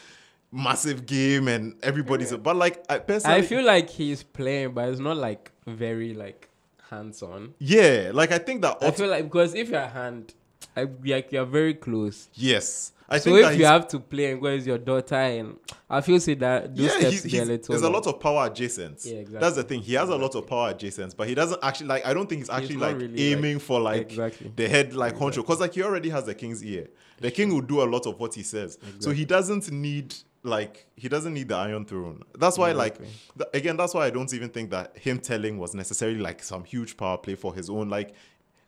massive game, and everybody's. But like, I personally,
I feel like he's playing, but it's not like very like hands on.
yeah, like I think that
I
Otto.
feel like because if your hand, I, like you're very close.
Yes. I I
so
think that
if you
he's-
have to play and where is your daughter and I feel say that those steps
he's-
be a
he's-
little
there's a
long.
lot of power adjacent.
Yeah, exactly.
That's the thing. He has a lot of power adjacent, but he doesn't actually like. I don't think he's actually
not
like
really, like-
aiming for like
Exactly.
the head like honcho because like he already has the king's ear. The king will do a lot of what he says, so he doesn't need like he doesn't need the iron throne. That's why like
Exactly.
th- again that's why I don't even think that him telling was necessarily like some huge power play for his own like.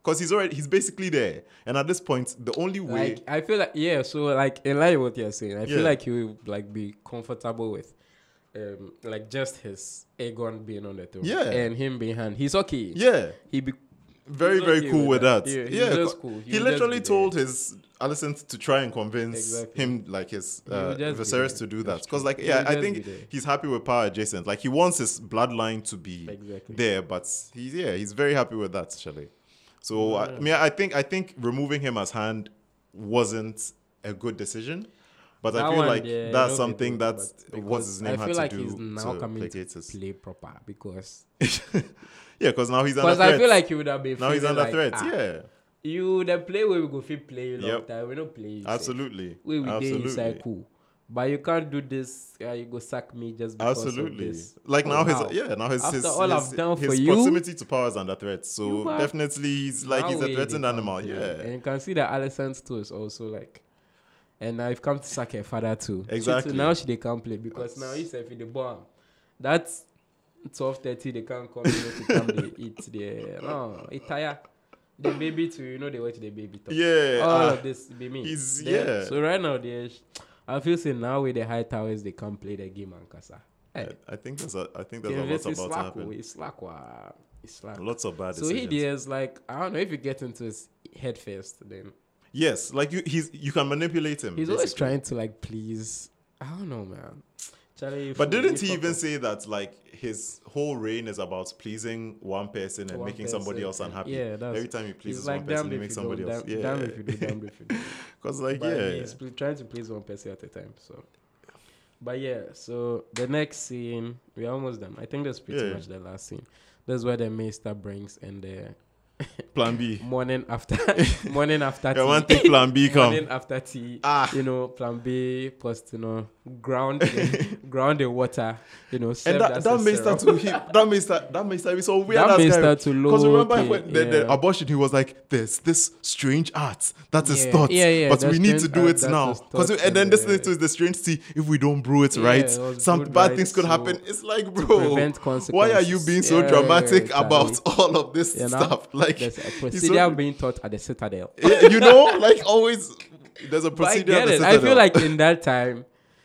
Because he's already, he's basically there. And at this point, the only way.
Like I feel like yeah, so like in line with what you're saying, I
Yeah.
feel like he will like be comfortable with um like just his Aegon being on the throne.
Yeah.
And him being hand. He's okay.
yeah.
He be
very
He's
very
okay
cool
with
with that.
that. Yeah, he's
Yeah,
just
co-
cool.
He,
He'll just
literally
be there.
told his Alison to try and convince
Exactly.
him like his uh,
He'll just be
Viserys
there.
to do that
That's
because
true.
like
He'll
yeah, I
just be
think
there.
he's happy with power adjacent. Like he wants his bloodline to be
Exactly.
there, but he's yeah, he's very happy with that actually. So I mean, I think I think removing him as hand wasn't a good decision. But I
That
feel
one,
like
yeah, I
that's
know
something
people,
that's
but
what
because
his name
I
had
feel
to
like
do
he's now
to
coming to
placate his-
play proper because
yeah, because now he's under
because I
threat.
feel like he would have been
now he's
feeling
under
like,
threat.
ah,
yeah,
You the play where we go fit play long
Yep.
time. We don't play. you say.
absolutely.
We will be
absolutely.
inside cool. But you can't do this. Uh, you go sack me just because Of
Absolutely.
this.
Like now,
Oh,
his
how?
yeah, now his
After
his,
all
his,
I've done
his
for you,
proximity to power is under threat. So
you are-
definitely, he's like
Now
he's
we
a threatened
did
animal.
something.
Yeah,
And you can see that Allison's too is also like. And I've come to sack her father too. She too-
Exactly.
now she they can't play because now he's if the bomb. That's twelve thirty they can't come you know, to come they eat the no it tire. The baby too, you know they watch the baby talk.
yeah.
All
ah,
of this be me.
he's-
They-
yeah.
So right now there's I feel say now with the high towers they can't play the game and Kasa. Hey,
I- I think there's a I think
the
there's a lot
invest
about
is
to
slack, oh,
happen.
it's slack, wah, it's slack.
Lots of bad
So he
decisions.
there's like I don't know if you get into his head first then
yes, like you he's you can manipulate him.
He's always
Mm. basically.
trying to like please. I don't know, man. Charlie, you
But
fool,
didn't
you
he even
fucker.
say that like his whole reign is about pleasing one person and
One
making somebody
person,
else
and-
unhappy?
yeah, that's-
every time he
He's
pleases
like
one
damn
person, he
if
makes
you
somebody
don't,
else.
damn,
yeah,
damn if you do, damn if you do.
because like
but
yeah,
he's pl- trying to please one person at a time. So, but yeah. So the next scene, we're almost done. I think that's pretty
Yeah.
much the last scene. That's where the minister brings and the
Plan B.
morning after morning after
Yeah, one
tea.
thing Plan B
morning
come.
after tea.
Ah.
You know, plan B, post, you know, ground, the- ground the water, you know, serve
And that,
as
that
a
minister
syrup.
to him, that minister, that minister is so weird.
That
ass guy.
minister to
Because remember
Loki,
when uh, the, the
yeah.
abortion, he was like, "There's this strange art that is
Yeah,
thought,
yeah, yeah,
but
that
we need to
strange
do
art
it
that
now."
is
Because
thought
and then this
and, uh,
thing too is the strange tea. If we don't brew it
Yeah,
right,
it was
some
brewed
bad
right,
things could
so
happen. It's like, bro,
prevent
why are you
consequences.
being so
Yeah,
dramatic
exactly.
about all of this
You know?
stuff? Like,
There's a
he's
procedure
so,
being taught at the Citadel.
Yeah, you know, like always, there's a
But I
procedure.
get
at the
it. I feel
Citadel.
like in that time,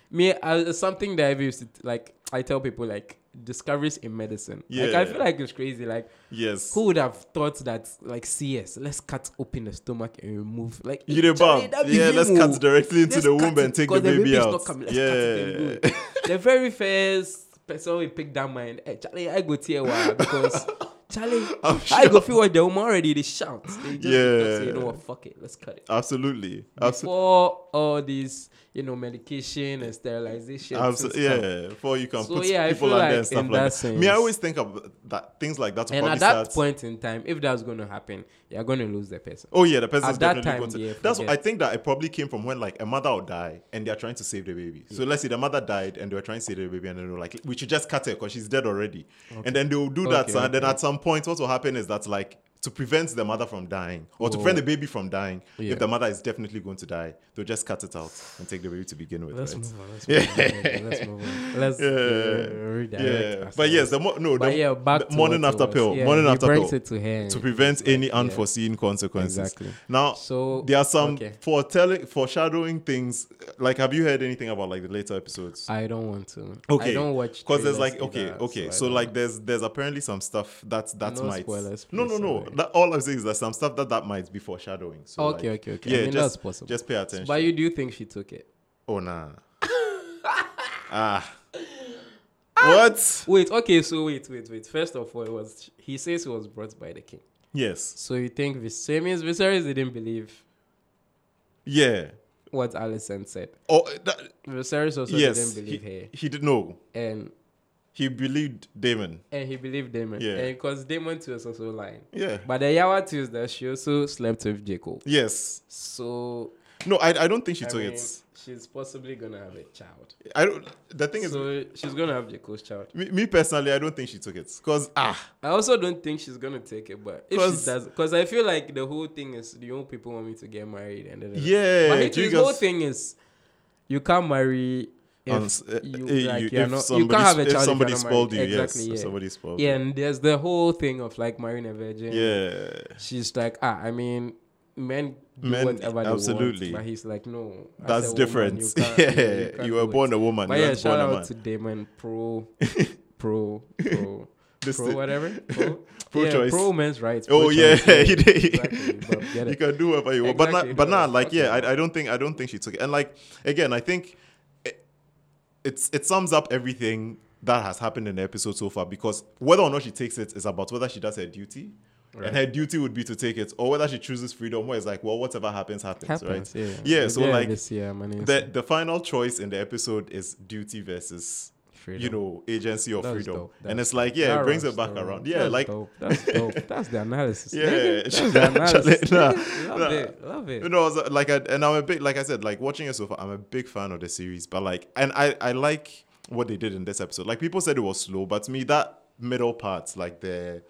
me I, something that I used to, like. I tell people like discoveries in medicine. Like I
Yeah.
feel like it's crazy. Like
yes,
who would have thought that like CS? Let's cut open the stomach and remove like
you the
Charlie,
bomb.
that be
Yeah,
him,
let's
oh.
cut directly into
Let's
the
cut
womb
it,
and take the
'cause
baby
is
out.
not coming. Let's cut it and do
Yeah.
it. the very first person we picked that mind, eh, Charlie, I go tear why because Charlie,
I'm
I go
sure.
feel what the woman already they shout. They just,
Yeah.
just say, you know what, fuck it, let's cut it.
Absolutely. Absolutely.
Before all these, you know, medication and sterilization.
Abso-
system.
yeah, before you can
So,
put
yeah, I
people
feel
under
like
and stuff
in
like
that
that. Me, I
sense-
always think of that things like that. to
And
probably
at that
start-
point in time, if that's going to happen, you're going to lose the person.
oh yeah, the person's
at that
definitely
time,
going to.
yeah,
that's
forget.
I think that it probably came from when like a mother would die and they are trying to save the baby. So let's say the mother died and they were trying to save the baby and they were like, we should just cut her because she's dead already. And then they will do that.
Okay,
son. Then
okay.
at some point, what will happen is that like. To prevent the mother from dying, or to prevent the baby from dying,
Oh. Yeah.
if the mother is definitely going to die, they'll just cut it out and take the baby to begin with.
Let's
right?
move on. Let's move on. Let's move on. Let's
Yeah.
uh, redirect.
Yeah, but
ourselves.
yes, the mo- no,
But
the,
yeah, back
the
to
morning
what it
after
was.
pill,
Yeah,
morning
he
after
brings
pill,
it to her.
to prevent any unforeseen consequences.
Exactly.
Now,
So
there are some
Oh, okay.
foretelling, foreshadowing things. Like, have you heard anything about like the later episodes?
I don't want to.
okay,
I don't watch
because there's
trailers
like okay,
either,
okay.
I
So,
don't-
like there's there's apparently some stuff that that
No
might
spoilers,
no no
please,
no.
sorry.
That, all I'm saying is that some stuff that that might be foreshadowing. So
Okay,
like,
okay, okay. I
Yeah,
mean,
just
that's possible.
just pay attention.
But you do think she took it?
oh nah. ah. What?
Wait, okay, so wait, wait, wait. First of all, it was he says he was brought by the king.
Yes.
So you think Vis- so it means Viserys didn't believe
Yeah.
what Alicent said.
Oh, that,
Viserys also
yes,
didn't believe
he,
her.
he did know.
And
He believed Damon.
and he believed Damon.
Yeah.
And because Damon too was also lying.
Yeah.
But the Yawa too is that she also slept with Jacob.
yes.
So
No, I, I don't think she
I
took
mean,
it.
She's possibly gonna have a child.
I don't. The thing is,
So she's gonna have Jekyll's child.
me, me personally, I don't think she took it. Cause ah,
I also don't think she's gonna take it, but if
Cause-
she does, because I feel like the whole thing is the young people want me to get married, and then
Yeah,
but it-
do you
his whole
guys-
thing is you can't marry if
Um, s- uh,
you,
uh,
like,
you-
you're
if
not, you
somebody
can't have
sp-
a
if
child
somebody
if you're not
spoiled
married.
you, yes,
exactly,
if
yeah.
somebody spoiled
yeah,
you.
and there's the whole thing of like marrying a virgin.
yeah.
she's like, ah, I mean, men do
Men,
whatever they
absolutely.
want, but he's like, no, as a
That's
woman,
different.
you can't-
yeah,
can't
you
do
were
it.
born a woman.
But
you
yeah,
weren't
shout
born a
out
man.
to Damon Pro, Pro, Pro,
This
Pro,
thing.
whatever. Pro,
Pro
yeah,
choice.
Pro men's rights.
Oh
pro
yeah,
choice, yeah,
he did.
Exactly, but get
you
it.
can do whatever you want, but
Exactly,
not, but
no,
not like
fuck
yeah.
no.
I, I don't think I don't think she took it. And like again, I think it, it's it sums up everything that has happened in the episode so far because whether or not she takes it is about whether she does her duty.
Right.
And her duty would be to take it, or whether she chooses freedom, where it's like, well, whatever happens, happens,
Happens,
right?
yeah.
Yeah. So
Maybe
like,
this year, my name
the the final choice in the episode is duty versus
Freedom.
you know agency of
That's
freedom,
dope.
and
That's
it's like yeah, it brings it back around. Yeah, like
dope. that's dope. That's the analysis.
Yeah,
nigga. that's the
Charlie,
analysis.
nah,
nigga. love
nah.
it, love it.
you know, I was, uh, like I, and I'm a big like I said, like watching it so far, I'm a big fan of the series, but like, and I I like what they did in this episode. Like people said it was slow, but to me that middle part, like the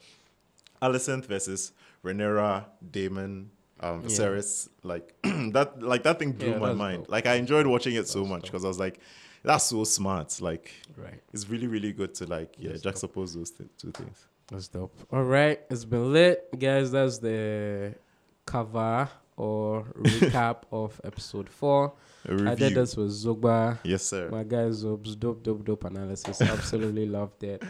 Alicent versus Renera, Damon, um, Viserys, like that, like that thing blew
Yeah,
my
that's
mind.
dope.
Like I enjoyed watching it so much because I was like, that's so smart. Like
Right.
it's really really good to like yeah juxtapose those th- two things.
That's dope. All right, it's been lit, guys. That's the cover or recap of episode four.
A
I did
review.
this with Zogba.
Yes, sir.
My guys, Zobs, dope, dope, dope analysis. Absolutely loved it.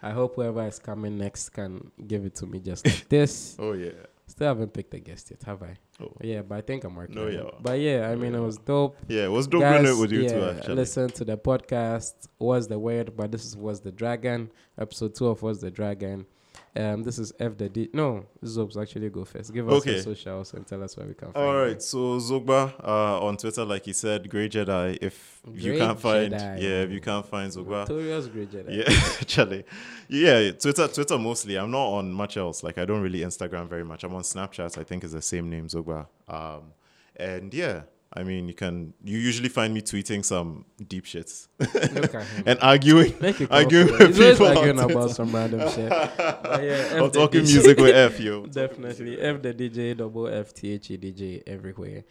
I hope whoever is coming next can give it to me just like this.
Oh yeah.
Still haven't picked a guest yet, have I?
Oh.
Yeah, but I think I'm working.
No,
on
yeah.
it. But yeah, I mean, it was dope.
Yeah, it was dope
Guys,
doing it with you too,
yeah,
actually.
Listen to the podcast. Was the word, but this is was the dragon episode two of was the dragon. Um, this is F the D. No, Zobs actually go first. Give us
Okay.
your socials and tell us where we can. find
All
you.
right, so Zogba uh, on Twitter, like he said, Grey Jedi. If you
Grey
can't find,
Jedi.
yeah, if you can't find Zogba,
Victorious Great Jedi.
yeah, actually, yeah, Twitter, Twitter mostly. I'm not on much else. Like I don't really Instagram very much. I'm on Snapchat. I think is the same name, Zogba. Um, and yeah, I mean, you can. You usually find me tweeting some deep shits
Look at him.
and arguing,
Make it
arguing
comfortable.
with
He's always
people on
arguing
Twitter.
about some random shit. But yeah,
or
F the
talking
DJ.
music with F yo.
Definitely. F the DJ, double F T H E D J everywhere.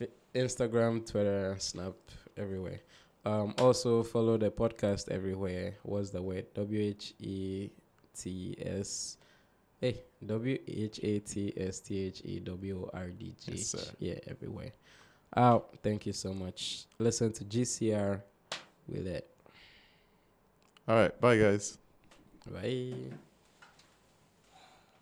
F- Instagram, Twitter, Snap, everywhere. Um, also follow the podcast everywhere. What's the word? W H E T S. Hey, W H A T S T H E W O R D G.
Yes, sir.
Yeah, everywhere. Out. Thank you so much. Listen to GCR. with it.
All right, bye guys.
Bye.